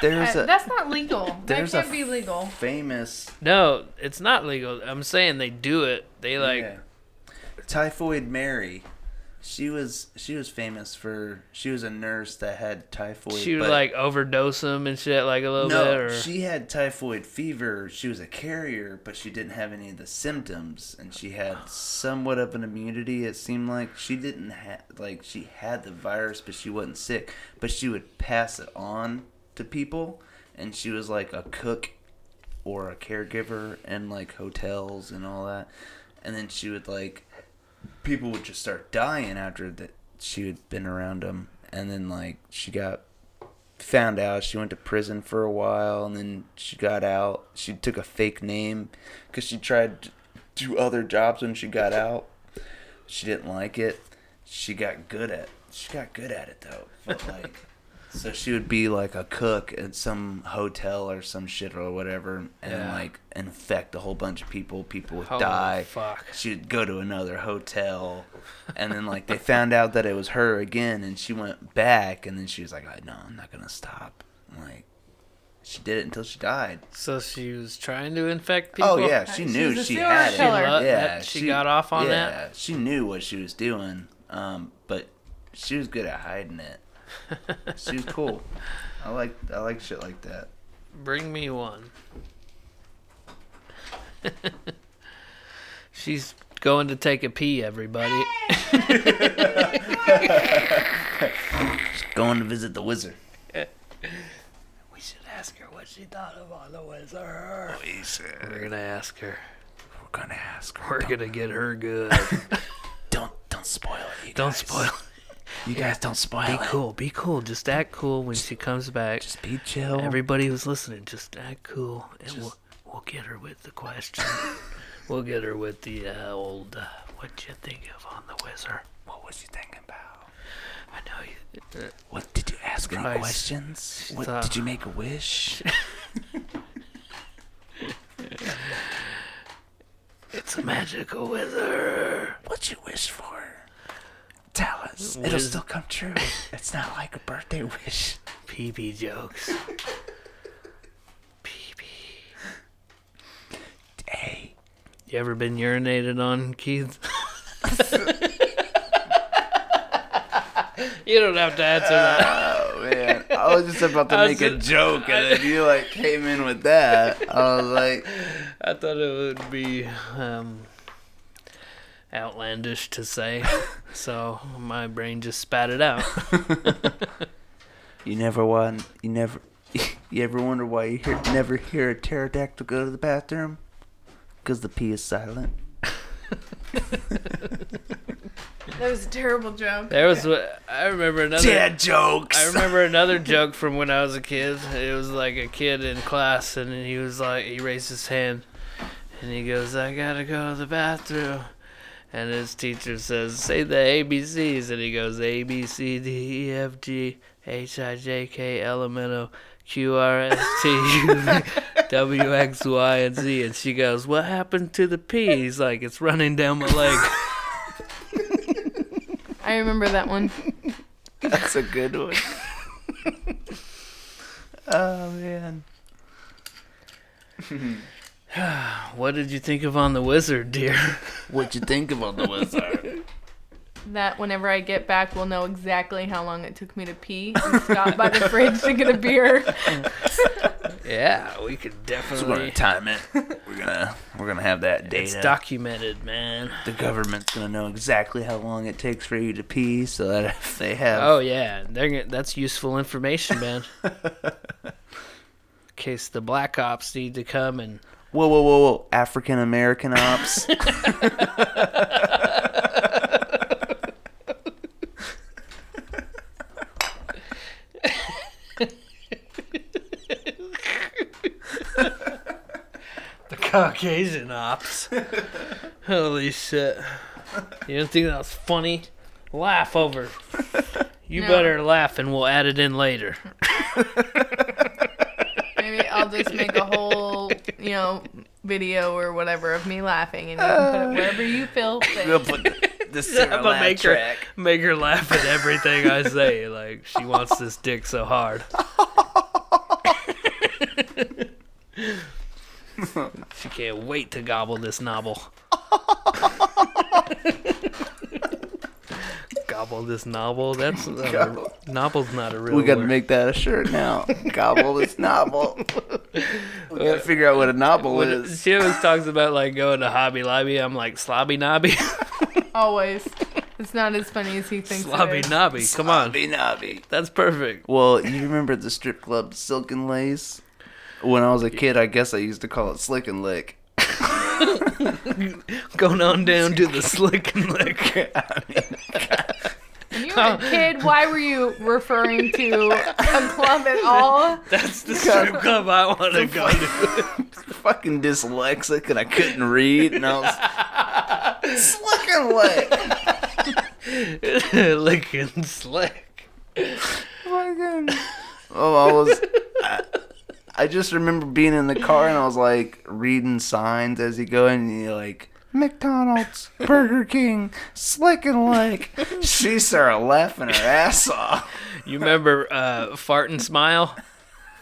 [SPEAKER 2] there's
[SPEAKER 3] Uh,
[SPEAKER 2] a
[SPEAKER 3] that's not legal.
[SPEAKER 2] *laughs*
[SPEAKER 3] That
[SPEAKER 2] there's a
[SPEAKER 3] can't be legal.
[SPEAKER 2] famous
[SPEAKER 1] No, it's not legal. I'm saying they do it. They like
[SPEAKER 2] yeah. typhoid Mary. She was she was famous for she was a nurse that had typhoid.
[SPEAKER 1] she would
[SPEAKER 2] but-
[SPEAKER 1] like overdose them and shit like a little bit.
[SPEAKER 2] no,
[SPEAKER 1] Or
[SPEAKER 2] she had typhoid fever. She was a carrier, but she didn't have any of the symptoms, and she had somewhat of an immunity. It seemed like she didn't have like she had the virus, but she wasn't sick. But she would pass it on to people, and she was like a cook or a caregiver and like hotels and all that. And then she would like people would just start dying after that she had been around them. And then like she got found out. She went to prison for a while, and then she got out. She took a fake name because she tried to do other jobs when she got out. She didn't like it. She got good at. She got good at it though. *laughs* But like, so she would be like a cook at some hotel or some shit or whatever, and
[SPEAKER 1] Yeah.
[SPEAKER 2] like infect a whole bunch of people. People would
[SPEAKER 1] Holy
[SPEAKER 2] die
[SPEAKER 1] fuck.
[SPEAKER 2] she'd go to another hotel and then like they found out that it was her again and she went back and then she was like "I- no i'm not gonna stop like she did it until she died
[SPEAKER 1] So she was trying to infect people.
[SPEAKER 2] oh yeah she
[SPEAKER 3] She's
[SPEAKER 2] knew
[SPEAKER 3] a
[SPEAKER 2] she
[SPEAKER 3] serial
[SPEAKER 2] had it
[SPEAKER 1] She,
[SPEAKER 3] killer.
[SPEAKER 1] lo-
[SPEAKER 3] Killer.
[SPEAKER 2] yeah
[SPEAKER 1] that- she, got off on
[SPEAKER 2] yeah,
[SPEAKER 1] that.
[SPEAKER 2] she knew what she was doing um but she was good at
[SPEAKER 1] *laughs*
[SPEAKER 2] hiding it she was cool i like i like shit like that
[SPEAKER 1] Bring me one. *laughs* She's going to take a pee, everybody.
[SPEAKER 2] She's going to visit the wizard
[SPEAKER 1] *laughs* We should ask her what she thought about the wizard. We're gonna ask her.
[SPEAKER 2] we're gonna ask her
[SPEAKER 1] We're gonna get her good.
[SPEAKER 2] don't don't spoil it you
[SPEAKER 1] Don't
[SPEAKER 2] guys.
[SPEAKER 1] spoil.
[SPEAKER 2] you guys don't
[SPEAKER 1] *laughs*
[SPEAKER 2] spoil
[SPEAKER 1] Be
[SPEAKER 2] it
[SPEAKER 1] cool. Be cool. Just act cool when she comes back.
[SPEAKER 2] just be chill
[SPEAKER 1] Everybody who's listening, just act cool, and we'll we'll get her with the question. *laughs* we'll get her with the uh, old uh, "What you think of on the wizard?"
[SPEAKER 2] What was you thinking about?
[SPEAKER 1] I know you.
[SPEAKER 2] What did you ask
[SPEAKER 1] Christ.
[SPEAKER 2] any questions?
[SPEAKER 1] She
[SPEAKER 2] What
[SPEAKER 1] thought-
[SPEAKER 2] did you make
[SPEAKER 1] *laughs*
[SPEAKER 2] a wish?
[SPEAKER 1] It's a magical wizard.
[SPEAKER 2] What'd you wish for? Tell us. It'll
[SPEAKER 1] Wiz-
[SPEAKER 2] still come true. it's not like a birthday wish.
[SPEAKER 1] Pee pee jokes. pee pee.
[SPEAKER 2] Hey,
[SPEAKER 1] You ever been urinated on, Keith? *laughs* you don't have to answer that.
[SPEAKER 2] Oh, man, I was just about to
[SPEAKER 1] I was
[SPEAKER 2] make a
[SPEAKER 1] just-
[SPEAKER 2] joke, and then you like came in with that. I was like,
[SPEAKER 1] I thought it would be um, outlandish to *laughs* say, so my brain just spat it out.
[SPEAKER 2] you never want, you never, *laughs* you ever wonder why you hear, never hear a pterodactyl go to the bathroom? Cause the pee is silent.
[SPEAKER 3] That was a terrible joke.
[SPEAKER 1] There was what I remember another.
[SPEAKER 2] Dad jokes.
[SPEAKER 1] I *laughs* remember another joke from when I was a kid. It was like a kid in class, and he was like, he raised his hand, and he goes, "I gotta go to the bathroom," and his teacher says, "Say the ABCs," and he goes, "A B C D E F G H I J K L M N O Q R S T U V W X Y and Z," and she goes, "What happened to the P?" He's like, "It's running down my *laughs* leg."
[SPEAKER 3] I remember that one.
[SPEAKER 2] *laughs* That's a good one. *laughs* oh man.
[SPEAKER 1] what did you think of on the wizard, dear?
[SPEAKER 2] What you think about the wizard?
[SPEAKER 3] That whenever I get back, we'll know exactly how long it took me to pee and stop by the fridge to get a beer.
[SPEAKER 1] Yeah, we could
[SPEAKER 2] So *laughs* we're
[SPEAKER 1] definitely.
[SPEAKER 2] gonna time *laughs* it. We're gonna we're gonna have that data.
[SPEAKER 1] It's documented, man.
[SPEAKER 2] the government's gonna know exactly how long it takes for you to pee, so that *laughs* if they have
[SPEAKER 1] Oh yeah, they're gonna, that's useful information, *laughs* man. In case the black ops need to come and
[SPEAKER 2] whoa whoa whoa whoa African American *laughs* ops.
[SPEAKER 1] the Caucasian ops. *laughs* Holy shit! You didn't think that was funny? Laugh *laughs* over. You
[SPEAKER 3] No.
[SPEAKER 1] better laugh, and we'll add it in later.
[SPEAKER 3] Maybe I'll just make a whole, you know, video or whatever of me laughing, and you
[SPEAKER 1] Uh.
[SPEAKER 3] can put it wherever you
[SPEAKER 1] *laughs*
[SPEAKER 3] feel
[SPEAKER 2] we'll
[SPEAKER 3] fit.
[SPEAKER 2] put the, the *laughs*
[SPEAKER 1] I'm
[SPEAKER 2] Sarah
[SPEAKER 1] gonna
[SPEAKER 2] laugh
[SPEAKER 1] make her,
[SPEAKER 2] track.
[SPEAKER 1] make her laugh at everything I say. Like she wants this dick so hard. she can't wait to gobble this novel. gobble this novel. That's uh,
[SPEAKER 2] Gobble.
[SPEAKER 1] novel's not a real.
[SPEAKER 2] We gotta
[SPEAKER 1] word.
[SPEAKER 2] make that a shirt now. Gobble this novel. We gotta figure out what a novel
[SPEAKER 1] When
[SPEAKER 2] is.
[SPEAKER 1] *laughs* she always talks about like going to Hobby Lobby. I'm like slobby knobby.
[SPEAKER 3] Always. It's not as funny as he thinks.
[SPEAKER 1] Sloppy
[SPEAKER 3] it is.
[SPEAKER 1] knobby. Come on.
[SPEAKER 2] Be nobby.
[SPEAKER 1] That's perfect.
[SPEAKER 2] Well, you remember the strip club Silk and Lace? When I was a kid, I guess I used to call it Slick and Lick. *laughs*
[SPEAKER 1] Going on down to the slick and lick.
[SPEAKER 2] I mean, *laughs*
[SPEAKER 3] When you were a kid, why were you referring to a club at
[SPEAKER 1] *laughs*
[SPEAKER 3] all?
[SPEAKER 1] That's the strip club I want to go to.
[SPEAKER 2] fucking dyslexic and I couldn't read, and I was Slick
[SPEAKER 1] *laughs*
[SPEAKER 2] and Lick.
[SPEAKER 1] Lick and slick.
[SPEAKER 2] Fucking. Oh, I was. I, I just remember being in the car and I was like reading signs as you go in, and you're like. McDonald's, Burger King, Slick and Lick. She started laughing her ass off.
[SPEAKER 1] You remember uh, fart and smile?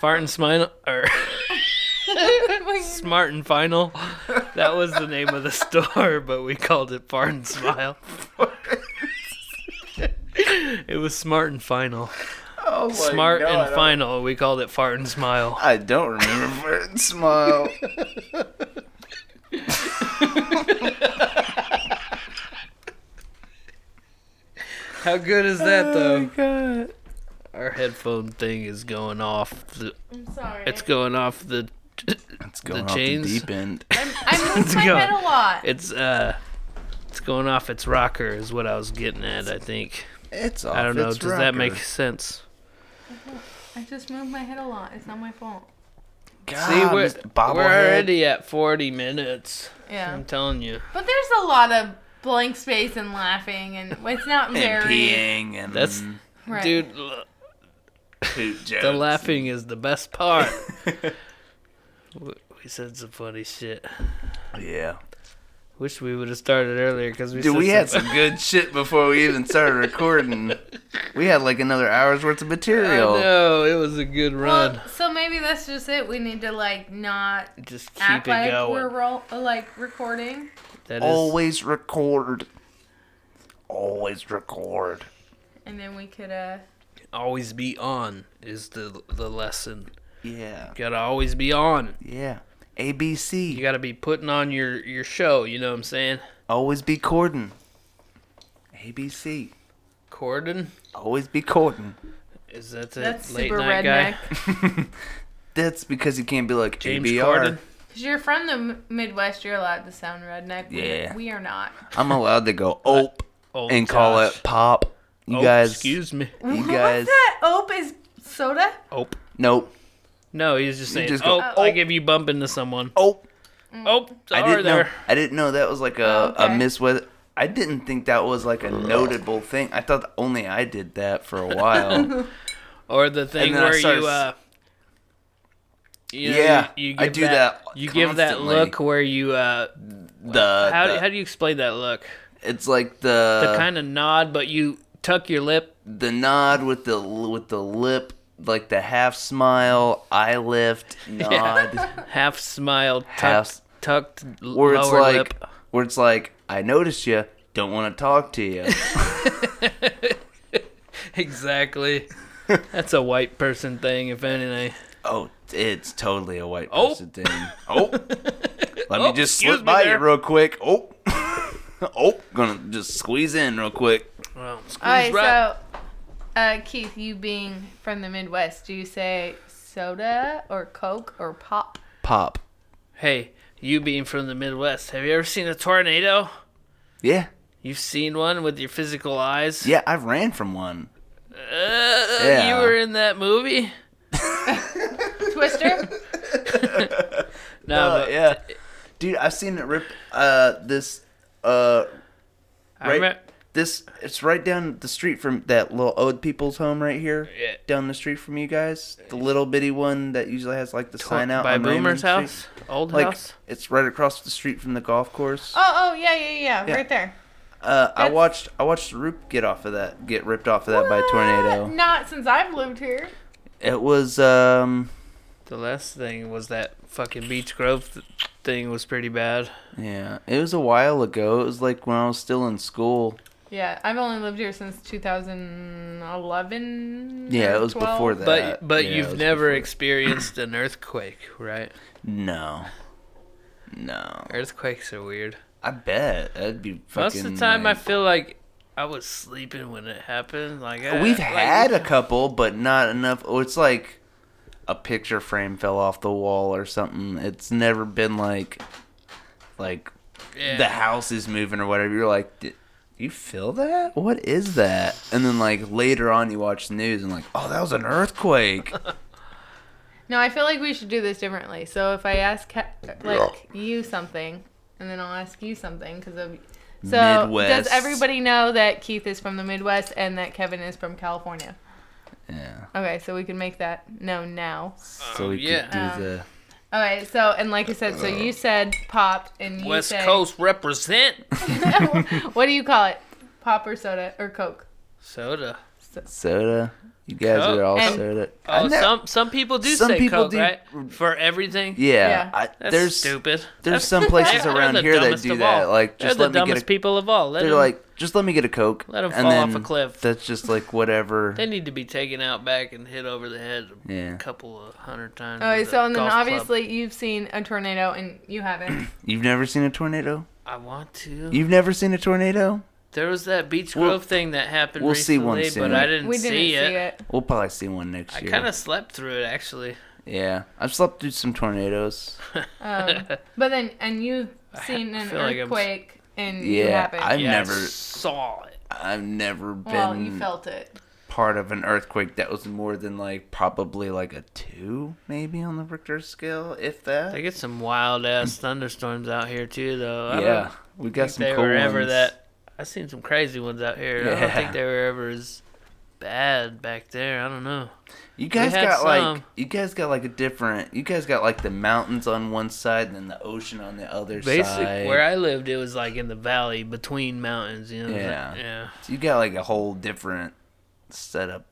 [SPEAKER 1] Fart and smile or *laughs* smart and final? That was the name of the store, but we called it fart and smile. It was smart and final.
[SPEAKER 2] Oh my
[SPEAKER 1] Smart
[SPEAKER 2] God,
[SPEAKER 1] and final. We called it fart and smile.
[SPEAKER 2] I don't remember *laughs* Fart and Smile.
[SPEAKER 1] How good is that though?
[SPEAKER 2] Oh God.
[SPEAKER 1] Our headphone thing is going off. The,
[SPEAKER 3] I'm sorry.
[SPEAKER 1] it's going off the. *laughs*
[SPEAKER 2] It's going
[SPEAKER 1] The
[SPEAKER 2] off
[SPEAKER 1] chains?
[SPEAKER 2] the deep end.
[SPEAKER 3] I'm, I moved my
[SPEAKER 1] go.
[SPEAKER 3] head a lot.
[SPEAKER 1] It's uh. It's going off its rocker is what I was getting at. I think.
[SPEAKER 2] It's off.
[SPEAKER 1] I don't know.
[SPEAKER 2] its
[SPEAKER 1] Does that
[SPEAKER 2] rocker.
[SPEAKER 1] make sense?
[SPEAKER 3] I just moved my head a lot. It's not my fault.
[SPEAKER 2] God,
[SPEAKER 1] See, we're,
[SPEAKER 2] Mr.
[SPEAKER 1] we're
[SPEAKER 2] Ah, Bobblehead.
[SPEAKER 1] already at 40 minutes.
[SPEAKER 3] Yeah.
[SPEAKER 1] I'm telling you.
[SPEAKER 3] But there's a lot of blank space and laughing, and it's not
[SPEAKER 2] and
[SPEAKER 3] very.
[SPEAKER 2] peeing and
[SPEAKER 1] That's-
[SPEAKER 3] Right.
[SPEAKER 1] Dude, l-
[SPEAKER 2] poop jokes.
[SPEAKER 1] the laughing is the best
[SPEAKER 2] *laughs*
[SPEAKER 1] part. we we said some funny shit.
[SPEAKER 2] Yeah.
[SPEAKER 1] Wish we would have started earlier because we
[SPEAKER 2] Dude,
[SPEAKER 1] said
[SPEAKER 2] we had
[SPEAKER 1] some- *laughs*
[SPEAKER 2] some good shit before we even started recording. We had like another hour's worth of material.
[SPEAKER 1] I know, it was a good run.
[SPEAKER 3] Well, so maybe that's just it. We need to like not
[SPEAKER 1] Just keep
[SPEAKER 3] act
[SPEAKER 1] it
[SPEAKER 3] like
[SPEAKER 1] going.
[SPEAKER 3] we're ro- like recording.
[SPEAKER 1] That is
[SPEAKER 2] Always record. Always record.
[SPEAKER 3] And then we could uh
[SPEAKER 1] always be on is the the lesson.
[SPEAKER 2] Yeah.
[SPEAKER 1] gotta always be on.
[SPEAKER 2] Yeah.
[SPEAKER 1] You
[SPEAKER 2] ABC.
[SPEAKER 1] gotta be putting on your your show. You know what I'm saying?
[SPEAKER 2] Always be cordon. ABC.
[SPEAKER 1] Corden
[SPEAKER 2] Always be
[SPEAKER 1] *laughs*
[SPEAKER 2] cordon.
[SPEAKER 1] is that the
[SPEAKER 3] that's
[SPEAKER 1] late
[SPEAKER 3] super
[SPEAKER 1] night
[SPEAKER 3] redneck.
[SPEAKER 1] guy? *laughs*
[SPEAKER 2] That's because you can't be like
[SPEAKER 1] James
[SPEAKER 2] ABR.
[SPEAKER 1] Corden.
[SPEAKER 3] Cuz you're from the M- Midwest, you're allowed to sound redneck. We-
[SPEAKER 2] Yeah.
[SPEAKER 3] We, are not.
[SPEAKER 2] I'm allowed
[SPEAKER 1] *laughs*
[SPEAKER 2] to go ope
[SPEAKER 1] Oh,
[SPEAKER 2] and call
[SPEAKER 1] gosh.
[SPEAKER 2] it pop. You
[SPEAKER 1] Oh,
[SPEAKER 2] guys,
[SPEAKER 1] excuse me.
[SPEAKER 2] you
[SPEAKER 3] What's
[SPEAKER 2] guys,
[SPEAKER 3] that? Ope is soda?
[SPEAKER 1] Oh.
[SPEAKER 2] nope.
[SPEAKER 1] No, he's just saying,
[SPEAKER 2] just
[SPEAKER 1] oh,
[SPEAKER 2] go,
[SPEAKER 1] like if you bump into someone.
[SPEAKER 2] Ope.
[SPEAKER 3] Mm.
[SPEAKER 1] Oh,
[SPEAKER 2] I
[SPEAKER 1] sorry
[SPEAKER 2] didn't know.
[SPEAKER 1] there.
[SPEAKER 2] I didn't know that was like a
[SPEAKER 3] Oh, okay.
[SPEAKER 2] a Miss West. I didn't think that was like a notable thing. I thought that only I did that for
[SPEAKER 1] *laughs*
[SPEAKER 2] a while.
[SPEAKER 1] Or the thing
[SPEAKER 2] And then I
[SPEAKER 1] where
[SPEAKER 2] started
[SPEAKER 1] you, uh, you know,
[SPEAKER 2] Yeah,
[SPEAKER 1] you, you give
[SPEAKER 2] I do that
[SPEAKER 1] You give that
[SPEAKER 2] constantly.
[SPEAKER 1] look where you, uh,
[SPEAKER 2] the,
[SPEAKER 1] how,
[SPEAKER 2] the-
[SPEAKER 1] how do you explain that look?
[SPEAKER 2] it's like the
[SPEAKER 1] The kind of nod, but you tuck your lip.
[SPEAKER 2] the nod with the with the lip, like the half smile,
[SPEAKER 1] *laughs*
[SPEAKER 2] eye lift, nod,
[SPEAKER 1] Half smile, tucked,
[SPEAKER 2] Half-
[SPEAKER 1] tucked l-
[SPEAKER 2] where it's
[SPEAKER 1] lower
[SPEAKER 2] like
[SPEAKER 1] lip.
[SPEAKER 2] where it's like I noticed you, don't want to talk to you.
[SPEAKER 1] Exactly. That's a white person thing, if anything.
[SPEAKER 2] Oh, it's totally a white
[SPEAKER 1] *laughs* Oh.
[SPEAKER 2] person thing. Oh, let me just
[SPEAKER 1] excuse
[SPEAKER 2] slip
[SPEAKER 1] me
[SPEAKER 2] by
[SPEAKER 1] there.
[SPEAKER 2] you real quick. Oh, *laughs* oh, gonna just squeeze in real quick.
[SPEAKER 1] Well, squeeze
[SPEAKER 3] All right,
[SPEAKER 1] right.
[SPEAKER 3] so uh Keith, you being from the Midwest, do you say soda or coke or pop?
[SPEAKER 2] Pop.
[SPEAKER 1] Hey, you being from the Midwest, have you ever seen a tornado?
[SPEAKER 2] Yeah,
[SPEAKER 1] You've seen one with your physical eyes?
[SPEAKER 2] yeah. I ran from one.
[SPEAKER 1] Uh,
[SPEAKER 2] Yeah.
[SPEAKER 1] You were in that movie? *laughs*
[SPEAKER 3] Twister?
[SPEAKER 1] No,
[SPEAKER 2] Uh,
[SPEAKER 1] but
[SPEAKER 2] yeah, dude. I've seen it rip. Uh, this. Uh,
[SPEAKER 1] I
[SPEAKER 2] right.
[SPEAKER 1] remem-
[SPEAKER 2] this it's right down the street from that little old people's home right here.
[SPEAKER 1] Yeah.
[SPEAKER 2] Down the street from you guys, the little bitty one that usually has like the sign out
[SPEAKER 1] by
[SPEAKER 2] on Raymond
[SPEAKER 1] Boomer's
[SPEAKER 2] Street.
[SPEAKER 1] house, old
[SPEAKER 2] Like
[SPEAKER 1] house.
[SPEAKER 2] it's right across the street from the golf course.
[SPEAKER 3] Oh, oh, yeah, yeah, yeah, right there.
[SPEAKER 2] Uh, I
[SPEAKER 3] That's-
[SPEAKER 2] watched I watched Roop get off of that get ripped off of that by a tornado.
[SPEAKER 3] *laughs* Not since I've lived here.
[SPEAKER 2] It was um
[SPEAKER 1] The last thing was that fucking Beach Grove th- thing was pretty bad.
[SPEAKER 2] yeah it was a while ago. It was like when I was still in school.
[SPEAKER 3] Yeah, I've only lived here since 2011.
[SPEAKER 2] Yeah,
[SPEAKER 3] or
[SPEAKER 2] it was
[SPEAKER 3] 12.
[SPEAKER 2] before that.
[SPEAKER 1] but but
[SPEAKER 2] Yeah, it
[SPEAKER 1] you've
[SPEAKER 2] was
[SPEAKER 1] never
[SPEAKER 2] before-
[SPEAKER 1] experienced an earthquake, right?
[SPEAKER 2] no no.
[SPEAKER 1] Earthquakes are weird.
[SPEAKER 2] I bet that'd be fucking.
[SPEAKER 1] Most of the time, I
[SPEAKER 2] like,
[SPEAKER 1] feel like I was sleeping when it happened. Like I,
[SPEAKER 2] We've
[SPEAKER 1] like, *laughs*
[SPEAKER 2] had a couple, but not enough. Oh, it's like a picture frame fell off the wall or something. It's never been like, like
[SPEAKER 1] yeah.
[SPEAKER 2] the house is moving or whatever. You're like, "Did you feel that? What is that? And then like later on, you watch the news and like, oh, that was
[SPEAKER 1] *laughs*
[SPEAKER 2] an earthquake.
[SPEAKER 3] No, I feel like we should do this differently. So if I ask Ca- like you something, and then I'll ask you something because of. So
[SPEAKER 2] Midwest.
[SPEAKER 3] does everybody know that Keith is from the Midwest and that Kevin is from California?
[SPEAKER 2] yeah.
[SPEAKER 3] Okay, so we can make that known now.
[SPEAKER 2] So we
[SPEAKER 1] Um, yeah.
[SPEAKER 2] could do
[SPEAKER 3] Um,
[SPEAKER 2] the
[SPEAKER 3] All right, so and like I said, so you said pop and you
[SPEAKER 1] West
[SPEAKER 3] say,
[SPEAKER 1] Coast represent
[SPEAKER 3] *laughs* what do you call it? Pop or soda or Coke?
[SPEAKER 1] soda.
[SPEAKER 2] soda. You guys
[SPEAKER 1] Coke.
[SPEAKER 2] are all
[SPEAKER 3] And-
[SPEAKER 2] soda. I
[SPEAKER 1] Oh,
[SPEAKER 2] ne-
[SPEAKER 1] some some people do
[SPEAKER 2] Some
[SPEAKER 1] say
[SPEAKER 2] people
[SPEAKER 1] Coke,
[SPEAKER 2] do-
[SPEAKER 1] right? For everything.
[SPEAKER 2] yeah.
[SPEAKER 3] Yeah.
[SPEAKER 2] I,
[SPEAKER 1] That's
[SPEAKER 2] there's
[SPEAKER 1] stupid. *laughs*
[SPEAKER 2] there's some places
[SPEAKER 1] They're-
[SPEAKER 2] around
[SPEAKER 1] they're the
[SPEAKER 2] here that
[SPEAKER 1] dumbest
[SPEAKER 2] do
[SPEAKER 1] of
[SPEAKER 2] that.
[SPEAKER 1] all.
[SPEAKER 2] Like
[SPEAKER 1] They're
[SPEAKER 2] just
[SPEAKER 1] the
[SPEAKER 2] let me get
[SPEAKER 1] dumbest
[SPEAKER 2] a
[SPEAKER 1] people of all. Let
[SPEAKER 2] They're
[SPEAKER 1] them-
[SPEAKER 2] like, just let me get a coke.
[SPEAKER 1] Let 'em
[SPEAKER 2] and
[SPEAKER 1] fall off
[SPEAKER 2] then
[SPEAKER 1] a cliff.
[SPEAKER 2] That's just like whatever.
[SPEAKER 1] they need to be taken out back and hit over the head a
[SPEAKER 2] Yeah.
[SPEAKER 1] couple of hundred times.
[SPEAKER 3] Okay,
[SPEAKER 1] with a
[SPEAKER 3] Oh, so and then
[SPEAKER 1] golf club.
[SPEAKER 3] obviously you've seen a tornado and you haven't.
[SPEAKER 2] You've never seen a tornado?
[SPEAKER 1] I want to.
[SPEAKER 2] You've never seen a tornado?
[SPEAKER 1] There was that Beach
[SPEAKER 2] We'll-
[SPEAKER 1] Grove thing that happened
[SPEAKER 2] we'll see one
[SPEAKER 1] recently,
[SPEAKER 2] soon.
[SPEAKER 1] but I *clears throat* didn't,
[SPEAKER 3] we didn't
[SPEAKER 1] see, it.
[SPEAKER 2] We'll probably see one next
[SPEAKER 1] I
[SPEAKER 2] year.
[SPEAKER 1] kind of slept through it actually.
[SPEAKER 2] Yeah, I've slept through some tornadoes.
[SPEAKER 3] Um,
[SPEAKER 1] *laughs*
[SPEAKER 3] but then and you've seen an
[SPEAKER 1] feel like I'm s-
[SPEAKER 3] earthquake and you
[SPEAKER 2] Yeah,
[SPEAKER 3] haven't.
[SPEAKER 2] I've
[SPEAKER 1] Yeah, I
[SPEAKER 2] never,
[SPEAKER 1] saw it.
[SPEAKER 2] I've never
[SPEAKER 3] well,
[SPEAKER 2] been
[SPEAKER 3] you felt it.
[SPEAKER 2] part of an earthquake that was more than like probably like a two, maybe on the Richter scale, if that.
[SPEAKER 1] They get some wild ass thunderstorms out here too, though. I don't
[SPEAKER 2] yeah,
[SPEAKER 1] think
[SPEAKER 2] we got some
[SPEAKER 1] they
[SPEAKER 2] cool
[SPEAKER 1] were ever
[SPEAKER 2] ones.
[SPEAKER 1] that. I seen some crazy ones out here. I don't
[SPEAKER 2] Yeah.
[SPEAKER 1] think they were ever as bad back there. I don't know.
[SPEAKER 2] You guys
[SPEAKER 1] had
[SPEAKER 2] got like
[SPEAKER 1] some.
[SPEAKER 2] you guys got like a different. You guys got like the mountains on one side and then the ocean on the other
[SPEAKER 1] Basically,
[SPEAKER 2] side.
[SPEAKER 1] where I lived, it was like in the valley between mountains. You know.
[SPEAKER 2] Yeah.
[SPEAKER 1] Yeah.
[SPEAKER 2] So you got like a whole different setup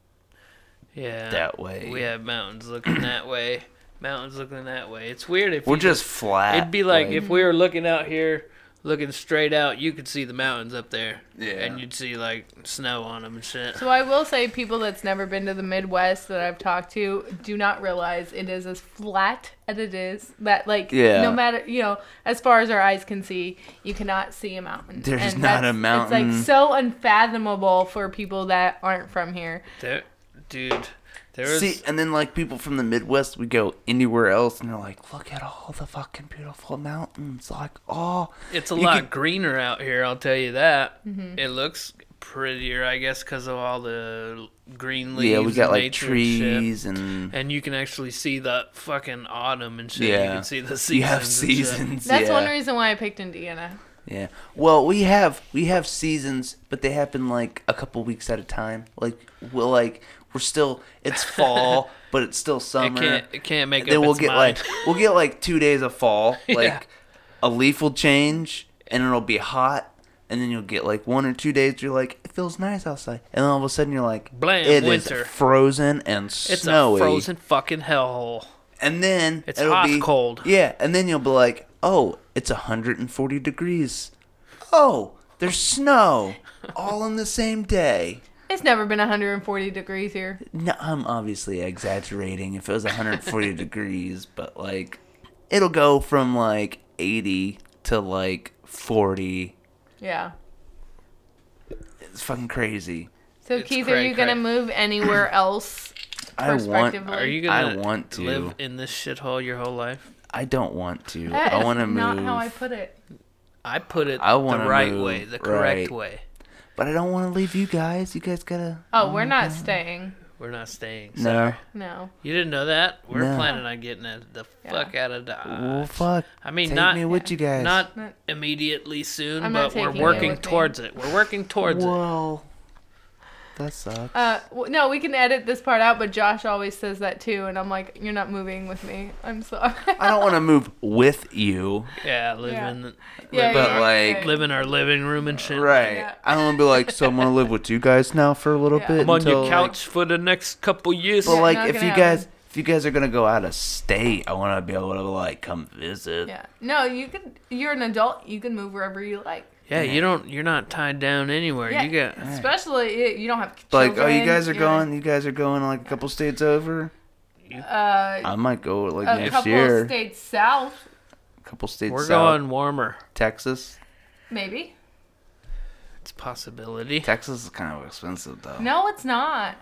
[SPEAKER 1] Yeah.
[SPEAKER 2] that way.
[SPEAKER 1] We have mountains looking
[SPEAKER 2] *clears throat*
[SPEAKER 1] that way. Mountains looking that way. It's weird if
[SPEAKER 2] We're
[SPEAKER 1] you
[SPEAKER 2] just flat.
[SPEAKER 1] It'd be like if we were looking out here, looking straight out, you could see the mountains up there.
[SPEAKER 2] Yeah.
[SPEAKER 1] And you'd see like snow on them and shit.
[SPEAKER 3] So I will say, people that's never been to the Midwest that I've talked to do not realize it is as flat as it is. That like,
[SPEAKER 2] Yeah.
[SPEAKER 3] no matter you know, as far as our eyes can see, you cannot see a mountain.
[SPEAKER 2] There's not
[SPEAKER 3] And that's-
[SPEAKER 2] a mountain.
[SPEAKER 3] It's like so unfathomable for people that aren't from here.
[SPEAKER 1] There, dude, there was.
[SPEAKER 2] See, and then like people from the Midwest, we go anywhere else, and they're like, "Look at all the fucking beautiful mountains!" Like, oh,
[SPEAKER 1] it's a
[SPEAKER 2] you
[SPEAKER 1] lot
[SPEAKER 2] could-
[SPEAKER 1] greener out here, I'll tell you that. It looks prettier, I guess, because of all the green leaves.
[SPEAKER 2] yeah, we got
[SPEAKER 1] and
[SPEAKER 2] like
[SPEAKER 1] nature and shit.
[SPEAKER 2] trees and
[SPEAKER 1] And you can actually see the fucking autumn and shit. You
[SPEAKER 2] yeah,
[SPEAKER 1] can see the seasons.
[SPEAKER 2] You have
[SPEAKER 1] and shit.
[SPEAKER 2] seasons.
[SPEAKER 3] That's
[SPEAKER 2] yeah.
[SPEAKER 3] one reason why I picked Indiana.
[SPEAKER 2] Yeah. Well, we have we have seasons, but they happen like a couple weeks at a time. Like we're like we're still
[SPEAKER 1] *laughs*
[SPEAKER 2] it's fall, but it's still
[SPEAKER 1] It
[SPEAKER 2] summer.
[SPEAKER 1] can't, it can't make
[SPEAKER 2] And then
[SPEAKER 1] up
[SPEAKER 2] we'll
[SPEAKER 1] its
[SPEAKER 2] get
[SPEAKER 1] mind.
[SPEAKER 2] like we'll get like two days of fall.
[SPEAKER 1] *laughs* Yeah.
[SPEAKER 2] Like a leaf will change and it'll be hot. And then you'll get like one or two days you're like, it feels nice outside. And then all of a sudden you're like,
[SPEAKER 1] Blam,
[SPEAKER 2] it is
[SPEAKER 1] winter.
[SPEAKER 2] frozen
[SPEAKER 1] *laughs*
[SPEAKER 2] and
[SPEAKER 1] it's
[SPEAKER 2] snowy.
[SPEAKER 1] a frozen fucking hellhole.
[SPEAKER 2] And then
[SPEAKER 1] It's
[SPEAKER 2] it'll
[SPEAKER 1] hot,
[SPEAKER 2] be
[SPEAKER 1] cold.
[SPEAKER 2] Yeah, and then you'll be like, "Oh, it's 140 degrees. Oh, there's snow all on the same day."
[SPEAKER 3] It's never been 140 degrees here.
[SPEAKER 2] No, I'm obviously exaggerating. If it was
[SPEAKER 3] *laughs*
[SPEAKER 2] 140 degrees, but like it'll go from like 80 to like 40.
[SPEAKER 3] Yeah.
[SPEAKER 2] It's fucking crazy.
[SPEAKER 3] So
[SPEAKER 1] It's
[SPEAKER 3] Keith, are
[SPEAKER 1] cray
[SPEAKER 3] you gonna
[SPEAKER 1] cray.
[SPEAKER 3] move
[SPEAKER 1] *clears throat*
[SPEAKER 3] anywhere else?
[SPEAKER 2] I want
[SPEAKER 3] Perspectively.
[SPEAKER 1] Are you
[SPEAKER 2] I
[SPEAKER 1] gonna
[SPEAKER 2] want to.
[SPEAKER 1] live in this shithole your whole life?
[SPEAKER 2] I don't want to.
[SPEAKER 3] That
[SPEAKER 2] I
[SPEAKER 3] is
[SPEAKER 2] want to move.
[SPEAKER 3] Not how I put it.
[SPEAKER 1] I put it
[SPEAKER 2] I
[SPEAKER 1] the
[SPEAKER 2] wanna
[SPEAKER 1] right
[SPEAKER 2] move,
[SPEAKER 1] way, the correct
[SPEAKER 2] right.
[SPEAKER 1] way.
[SPEAKER 2] but I don't want to leave you guys. You guys got to
[SPEAKER 3] Oh, we're not
[SPEAKER 2] Mm-hmm.
[SPEAKER 3] staying.
[SPEAKER 1] We're not staying.
[SPEAKER 2] No.
[SPEAKER 1] Sorry.
[SPEAKER 3] No.
[SPEAKER 1] You didn't know that? We're
[SPEAKER 2] No.
[SPEAKER 1] planning on getting the, the
[SPEAKER 3] Yeah.
[SPEAKER 1] fuck out of
[SPEAKER 2] Well,
[SPEAKER 1] Dodge.
[SPEAKER 2] fuck.
[SPEAKER 1] Uh, I mean,
[SPEAKER 2] Take
[SPEAKER 1] not
[SPEAKER 2] me with you guys.
[SPEAKER 1] not
[SPEAKER 3] Not-
[SPEAKER 1] immediately soon,
[SPEAKER 3] I'm
[SPEAKER 1] but
[SPEAKER 3] not
[SPEAKER 1] we're
[SPEAKER 3] taking you
[SPEAKER 1] working
[SPEAKER 3] with me.
[SPEAKER 1] towards it. We're working towards it.
[SPEAKER 2] Well, that sucks.
[SPEAKER 3] Uh, w- no, we can edit this part out, but Josh always says that too, and I'm like, you're not moving with me. I'm *laughs* sorry.
[SPEAKER 2] I don't want to move with you,
[SPEAKER 1] Yeah, live
[SPEAKER 3] Yeah.
[SPEAKER 1] in the-
[SPEAKER 3] yeah,
[SPEAKER 2] but
[SPEAKER 3] yeah,
[SPEAKER 2] like-
[SPEAKER 3] yeah.
[SPEAKER 1] live in our living room and shit.
[SPEAKER 2] right?
[SPEAKER 3] *laughs* Yeah.
[SPEAKER 2] I don't want to be like, so I'm gonna live with you guys now for a little
[SPEAKER 3] Yeah.
[SPEAKER 2] bit.
[SPEAKER 1] I'm on
[SPEAKER 2] until,
[SPEAKER 1] your couch for the next couple years.
[SPEAKER 2] Like, but
[SPEAKER 3] Yeah,
[SPEAKER 2] like,
[SPEAKER 3] not
[SPEAKER 2] if
[SPEAKER 3] gonna
[SPEAKER 2] you
[SPEAKER 3] happen.
[SPEAKER 2] guys, if you guys are gonna go out of state, I want to be able to like come visit.
[SPEAKER 3] Yeah. No, you can. You're an adult. You can move wherever you like.
[SPEAKER 1] yeah, you don't. You're not tied down anywhere.
[SPEAKER 3] Yeah.
[SPEAKER 1] You got.
[SPEAKER 3] Especially eh, you- you don't have kids.
[SPEAKER 2] Like, oh, you guys are going. You guys are going like a couple states over.
[SPEAKER 3] Uh,
[SPEAKER 2] I might go like
[SPEAKER 3] a
[SPEAKER 2] next
[SPEAKER 3] couple
[SPEAKER 2] year.
[SPEAKER 3] states south,
[SPEAKER 2] couple states.
[SPEAKER 1] We're
[SPEAKER 2] south,
[SPEAKER 1] going warmer.
[SPEAKER 2] Texas.
[SPEAKER 3] maybe.
[SPEAKER 1] It's a possibility.
[SPEAKER 2] Texas is kind of expensive though.
[SPEAKER 3] No, it's not.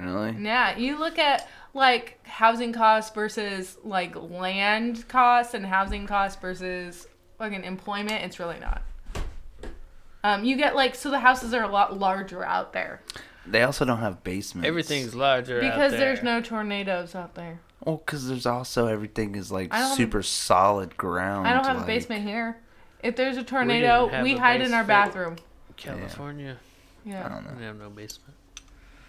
[SPEAKER 2] Really?
[SPEAKER 3] Yeah, you look at like housing costs versus like land costs and housing costs versus fucking employment. It's really not. Um, you get like so the houses are a lot larger out there
[SPEAKER 2] They also don't have basements.
[SPEAKER 1] Everything's larger out
[SPEAKER 3] because there's
[SPEAKER 1] there.
[SPEAKER 3] no tornadoes out there.
[SPEAKER 2] Well, because there's also everything is like
[SPEAKER 3] I don't have a-
[SPEAKER 2] super solid ground.
[SPEAKER 3] I don't have
[SPEAKER 2] like-
[SPEAKER 3] a basement here. If there's a tornado,
[SPEAKER 1] have
[SPEAKER 3] we,
[SPEAKER 1] a
[SPEAKER 3] hide in our bathroom.
[SPEAKER 1] basement. California.
[SPEAKER 2] I
[SPEAKER 3] Yeah,
[SPEAKER 2] don't know.
[SPEAKER 1] They have no basement.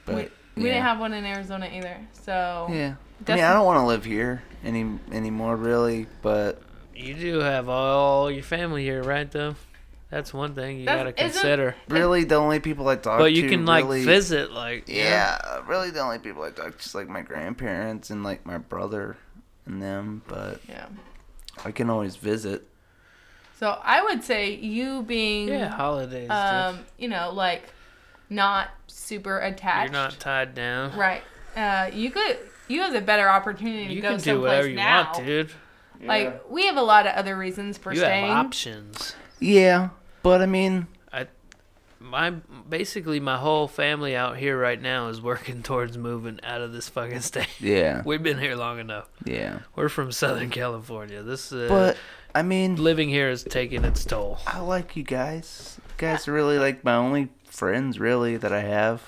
[SPEAKER 2] But,
[SPEAKER 3] we
[SPEAKER 2] yeah.
[SPEAKER 3] didn't have one in Arizona either. So
[SPEAKER 2] Yeah. I
[SPEAKER 3] Defi-
[SPEAKER 2] mean, I don't want to live here any anymore, really. But
[SPEAKER 1] You do have all your family here, right? Though, that's one thing you
[SPEAKER 3] That's-
[SPEAKER 1] gotta
[SPEAKER 3] isn't-
[SPEAKER 1] consider.
[SPEAKER 2] really, the only people I talk to,
[SPEAKER 1] But you can like
[SPEAKER 2] really,
[SPEAKER 1] visit, like
[SPEAKER 2] Yeah, really, the only people I talk to is like my grandparents and like my brother and them. But
[SPEAKER 3] yeah.
[SPEAKER 2] I can always visit.
[SPEAKER 3] So I would say you being
[SPEAKER 1] yeah, holidays.
[SPEAKER 3] um,
[SPEAKER 1] Um,
[SPEAKER 3] you know, like not super attached.
[SPEAKER 1] You're not tied down.
[SPEAKER 3] right. Uh, you could you have a better opportunity to
[SPEAKER 1] You
[SPEAKER 3] go
[SPEAKER 1] can do
[SPEAKER 3] someplace
[SPEAKER 1] whatever you
[SPEAKER 3] now.
[SPEAKER 1] want, dude.
[SPEAKER 3] Like we have a lot of other reasons for
[SPEAKER 1] You
[SPEAKER 3] staying.
[SPEAKER 1] have options.
[SPEAKER 2] Yeah, but I mean,
[SPEAKER 1] My basically my whole family out here right now is working *laughs* towards moving out of this fucking *laughs* state.
[SPEAKER 2] yeah,
[SPEAKER 1] We've been here long enough.
[SPEAKER 2] yeah.
[SPEAKER 1] We're from Southern California. This uh,
[SPEAKER 2] But I mean,
[SPEAKER 1] living here is taking its toll.
[SPEAKER 2] I like you guys. You guys are really like my only friends, really, that I have.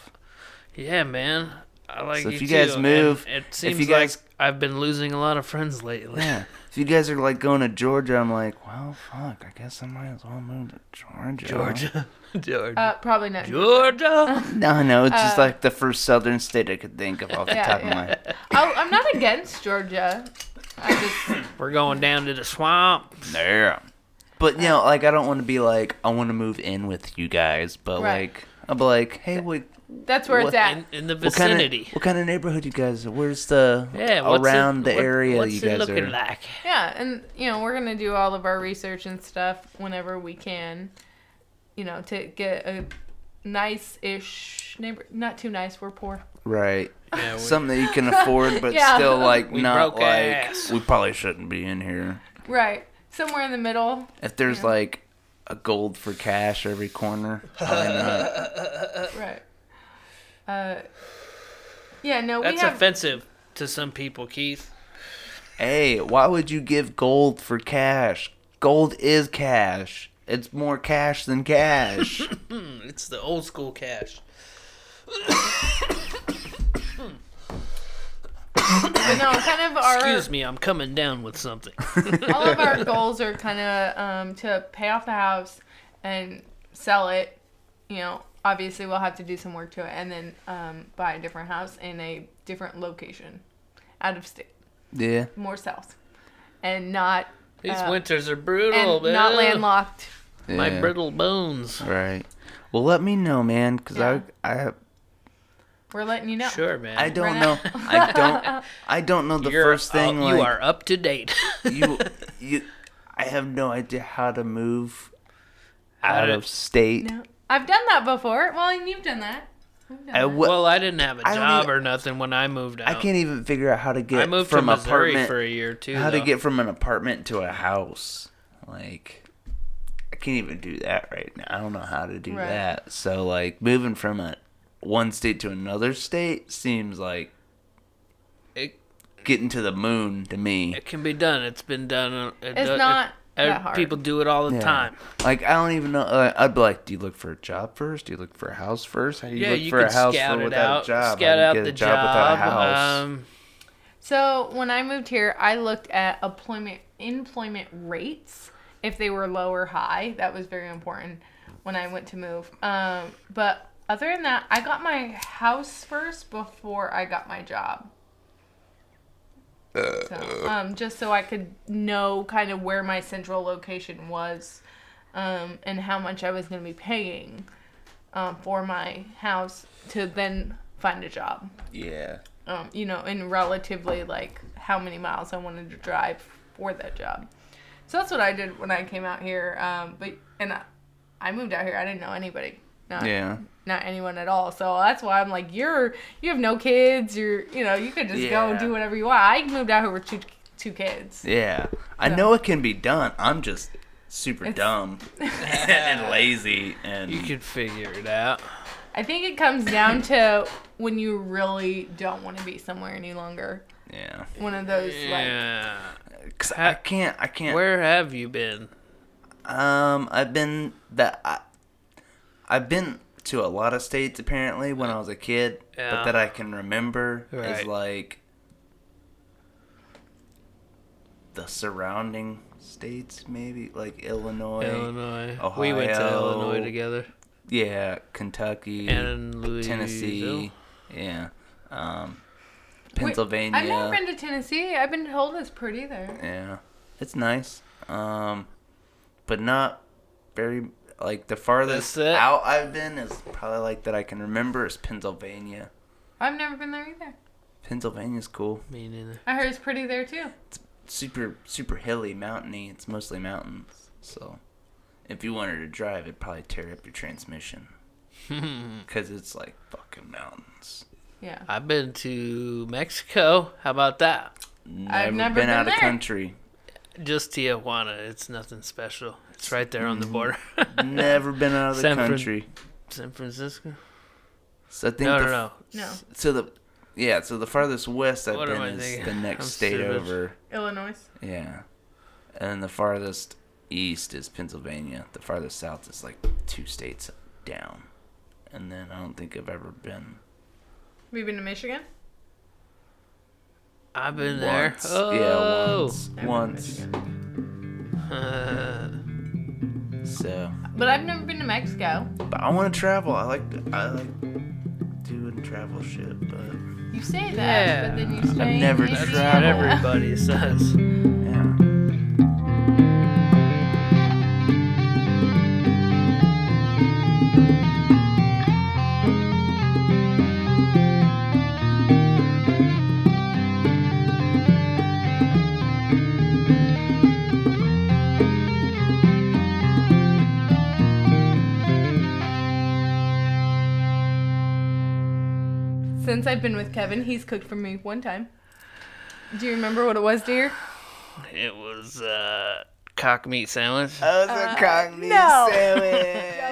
[SPEAKER 1] Yeah, man. I like
[SPEAKER 2] So
[SPEAKER 1] you
[SPEAKER 2] if you guys
[SPEAKER 1] too, and
[SPEAKER 2] move-
[SPEAKER 1] it seems
[SPEAKER 2] you guys-
[SPEAKER 1] like I've been losing a lot of friends lately.
[SPEAKER 2] Yeah. If you guys are like going to Georgia, I'm like, well, fuck. I guess I might as well move to
[SPEAKER 1] *laughs*
[SPEAKER 2] Georgia. *laughs*
[SPEAKER 1] Georgia, Georgia,
[SPEAKER 3] uh, probably not. *laughs*
[SPEAKER 1] Georgia.
[SPEAKER 2] No, no, it's just
[SPEAKER 3] Uh,
[SPEAKER 2] like the first southern state I could think of off the
[SPEAKER 3] Yeah,
[SPEAKER 2] top
[SPEAKER 3] yeah.
[SPEAKER 2] of my.
[SPEAKER 3] I, Oh, I'm not against Georgia. I just
[SPEAKER 1] We're going down to the swamp.
[SPEAKER 2] Yeah. But you know, like I don't want to be like I want to move in with you guys, but
[SPEAKER 3] Right.
[SPEAKER 2] like I'll be like, hey, what,
[SPEAKER 3] that's where
[SPEAKER 2] What-
[SPEAKER 3] it's at.
[SPEAKER 1] in, in the
[SPEAKER 2] what kind
[SPEAKER 1] vicinity.
[SPEAKER 2] of what kind of neighborhood you guys? are? Where's the
[SPEAKER 1] yeah, what's it-
[SPEAKER 2] around the
[SPEAKER 1] what-
[SPEAKER 2] area
[SPEAKER 1] what's
[SPEAKER 2] you
[SPEAKER 1] it
[SPEAKER 2] guys
[SPEAKER 1] looking
[SPEAKER 2] are?
[SPEAKER 1] like?
[SPEAKER 3] Yeah, and you know, we're gonna do all of our research and stuff whenever we can, you know, to get a nice ish neighbor not too nice, we're poor.
[SPEAKER 2] Right,
[SPEAKER 1] Yeah, we,
[SPEAKER 2] *laughs* something that you can
[SPEAKER 1] *laughs*
[SPEAKER 2] afford, but
[SPEAKER 3] Yeah.
[SPEAKER 2] still like
[SPEAKER 1] We
[SPEAKER 2] not
[SPEAKER 1] broke
[SPEAKER 2] like
[SPEAKER 1] ass.
[SPEAKER 2] we probably shouldn't be in here.
[SPEAKER 3] Right. Somewhere in the middle.
[SPEAKER 2] If there's
[SPEAKER 3] Yeah.
[SPEAKER 2] like a gold for cash every corner,
[SPEAKER 1] *laughs*
[SPEAKER 2] probably not.
[SPEAKER 3] Right. Uh yeah, no, we
[SPEAKER 1] that's
[SPEAKER 3] have
[SPEAKER 1] offensive to some people, Keith.
[SPEAKER 2] Hey, why would you give gold for cash? Gold is cash. It's more cash
[SPEAKER 1] *laughs*
[SPEAKER 2] than cash.
[SPEAKER 1] It's the old school cash.
[SPEAKER 3] but no, kind of our
[SPEAKER 1] Excuse me, I'm coming down with
[SPEAKER 2] *laughs*
[SPEAKER 1] something.
[SPEAKER 3] all
[SPEAKER 1] *laughs*
[SPEAKER 3] of our goals are kind of um, to pay off the house and sell it. You know, obviously we'll have to do some work to it, and then um, buy a different house in a different location, out of state,
[SPEAKER 2] yeah.
[SPEAKER 3] more south, and not
[SPEAKER 1] These
[SPEAKER 3] Uh,
[SPEAKER 1] winters are brutal,
[SPEAKER 3] and
[SPEAKER 1] Oh, man.
[SPEAKER 3] not landlocked.
[SPEAKER 1] My
[SPEAKER 2] yeah.
[SPEAKER 1] brittle bones.
[SPEAKER 2] Right. Well, let me know, man, because
[SPEAKER 3] Yeah.
[SPEAKER 2] I, I,
[SPEAKER 3] We're letting you know.
[SPEAKER 1] Sure, man.
[SPEAKER 2] I don't
[SPEAKER 3] Right
[SPEAKER 2] know.
[SPEAKER 3] now. *laughs*
[SPEAKER 2] I don't. I don't know the
[SPEAKER 1] You're
[SPEAKER 2] first thing.
[SPEAKER 1] up-
[SPEAKER 2] like
[SPEAKER 1] you are up to date. *laughs*
[SPEAKER 2] you, you, I have no idea how to move
[SPEAKER 1] Out
[SPEAKER 2] out
[SPEAKER 1] of-
[SPEAKER 2] of state.
[SPEAKER 3] No, I've done that before. Well, and you've done that. We've done
[SPEAKER 2] I,
[SPEAKER 3] that.
[SPEAKER 2] w-
[SPEAKER 1] well, I didn't have a
[SPEAKER 2] I don't
[SPEAKER 1] job
[SPEAKER 2] even-
[SPEAKER 1] or nothing when I moved out.
[SPEAKER 2] I can't even figure out how to get
[SPEAKER 1] I moved
[SPEAKER 2] from
[SPEAKER 1] to Missouri
[SPEAKER 2] apartment
[SPEAKER 1] for a year too.
[SPEAKER 2] how to
[SPEAKER 1] though.
[SPEAKER 2] get from an apartment to a house. Like, I can't even do that right now. I don't know how to do
[SPEAKER 3] Right.
[SPEAKER 2] that. So, like, moving from a one state to another state seems like
[SPEAKER 1] It,
[SPEAKER 2] getting to the moon to me.
[SPEAKER 1] it can be done. It's been done. uh, It
[SPEAKER 3] It's
[SPEAKER 1] do- it-
[SPEAKER 3] not that
[SPEAKER 1] uh,
[SPEAKER 3] hard.
[SPEAKER 1] People do it all the
[SPEAKER 2] Yeah.
[SPEAKER 1] time.
[SPEAKER 2] Like, I don't even know. Uh, I'd be like, do you look for a job first? Do you look for a house first? How do you
[SPEAKER 1] yeah,
[SPEAKER 2] look
[SPEAKER 1] you
[SPEAKER 2] for
[SPEAKER 1] can
[SPEAKER 2] a house
[SPEAKER 1] scout
[SPEAKER 2] for,
[SPEAKER 1] it
[SPEAKER 2] without
[SPEAKER 1] out.
[SPEAKER 2] a job?
[SPEAKER 1] Scout
[SPEAKER 2] How
[SPEAKER 1] out
[SPEAKER 2] do you
[SPEAKER 1] the
[SPEAKER 2] get a job, without a house?
[SPEAKER 1] Um,
[SPEAKER 3] So when I moved here, I looked at employment employment rates if they were low or high. That was very important when I went to move. Um, but other than that, I got my house first before I got my job. So, um, just so I could know kind of where my central location was, um, and how much I was going to be paying um, for my house to then find a job
[SPEAKER 2] yeah.
[SPEAKER 3] um, you know, in relatively like how many miles I wanted to drive for that job. So that's what I did when I came out here. Um, but and I, I moved out here. I didn't know anybody. Not,
[SPEAKER 2] Yeah.
[SPEAKER 3] Not anyone at all. So that's why I'm like, you're you have no kids. You're you know you could just go
[SPEAKER 2] Yeah.
[SPEAKER 3] and do whatever you want. I moved out here with two two kids.
[SPEAKER 2] Yeah. I
[SPEAKER 3] So-
[SPEAKER 2] know it can be done. I'm just super
[SPEAKER 1] *laughs*
[SPEAKER 3] It's-
[SPEAKER 2] dumb *laughs* and lazy and
[SPEAKER 1] You could figure it out.
[SPEAKER 3] I think it comes down to when you really don't want to be somewhere any longer.
[SPEAKER 2] yeah.
[SPEAKER 3] One of those like
[SPEAKER 1] Yeah.
[SPEAKER 2] 'Cause I can't. I can't.
[SPEAKER 1] Where have you been?
[SPEAKER 2] Um, I've been that. I, I've been to a lot of states apparently when I was a kid,
[SPEAKER 1] Yeah.
[SPEAKER 2] but that I can remember is
[SPEAKER 1] Right.
[SPEAKER 2] like the surrounding states, maybe like Illinois,
[SPEAKER 1] Illinois. We went to
[SPEAKER 2] Ohio.
[SPEAKER 1] Illinois together.
[SPEAKER 2] yeah, Kentucky,
[SPEAKER 1] And Louisville.
[SPEAKER 2] Tennessee, yeah, um,
[SPEAKER 3] Wait,
[SPEAKER 2] Pennsylvania.
[SPEAKER 3] I've never been to Tennessee. I've been told it's pretty there.
[SPEAKER 2] Yeah, it's nice. Um, but not very like the farthest
[SPEAKER 1] That's it?
[SPEAKER 2] out I've been is probably like that I can remember is Pennsylvania.
[SPEAKER 3] I've never been there either.
[SPEAKER 2] Pennsylvania's cool.
[SPEAKER 1] Me neither.
[SPEAKER 3] I heard it's pretty there too.
[SPEAKER 2] Super super hilly, mountainy. It's mostly mountains, so if you wanted to drive, it'd probably tear up
[SPEAKER 1] *laughs*
[SPEAKER 2] your transmission because it's like fucking mountains.
[SPEAKER 3] Yeah.
[SPEAKER 2] Uh,
[SPEAKER 1] I've been to Mexico. How about that?
[SPEAKER 2] Never
[SPEAKER 3] never
[SPEAKER 2] been,
[SPEAKER 3] been
[SPEAKER 2] out
[SPEAKER 3] there.
[SPEAKER 2] of country.
[SPEAKER 1] Just Tijuana. It's nothing special. It's right there on the border.
[SPEAKER 2] Mm. *laughs* never been out of the
[SPEAKER 1] San Fran-
[SPEAKER 2] country.
[SPEAKER 1] *laughs* San Francisco?
[SPEAKER 2] So I think
[SPEAKER 1] No,
[SPEAKER 2] the
[SPEAKER 1] no, no.
[SPEAKER 3] No.
[SPEAKER 2] So the yeah, so the farthest west I've
[SPEAKER 1] What am
[SPEAKER 2] been
[SPEAKER 1] I
[SPEAKER 2] is
[SPEAKER 1] thinking?
[SPEAKER 2] the next
[SPEAKER 1] I'm
[SPEAKER 2] state
[SPEAKER 1] stupid.
[SPEAKER 2] over.
[SPEAKER 3] Illinois.
[SPEAKER 2] Yeah. And the farthest east is Pennsylvania. The farthest south is like two states down. And then I don't think I've ever been.
[SPEAKER 3] Have you been to Michigan?
[SPEAKER 1] I've been there.
[SPEAKER 2] once. Yeah,
[SPEAKER 1] Oh. *laughs*
[SPEAKER 2] once.
[SPEAKER 3] I've been to
[SPEAKER 2] Once.
[SPEAKER 3] Michigan.
[SPEAKER 2] So,
[SPEAKER 3] But I've never been to Mexico.
[SPEAKER 2] but I want to travel. I like I like doing travel shit, but
[SPEAKER 3] You say that,
[SPEAKER 1] Yeah.
[SPEAKER 3] but then you say
[SPEAKER 2] never
[SPEAKER 3] Indiana.
[SPEAKER 2] traveled.
[SPEAKER 1] Everybody says.
[SPEAKER 2] yeah.
[SPEAKER 3] Since I've been with Kevin, he's cooked for me one time. Do you remember what it was, dear?
[SPEAKER 1] It was uh, cock meat sandwich.
[SPEAKER 2] I was a cockney
[SPEAKER 3] no.
[SPEAKER 2] sandwich.
[SPEAKER 1] *laughs*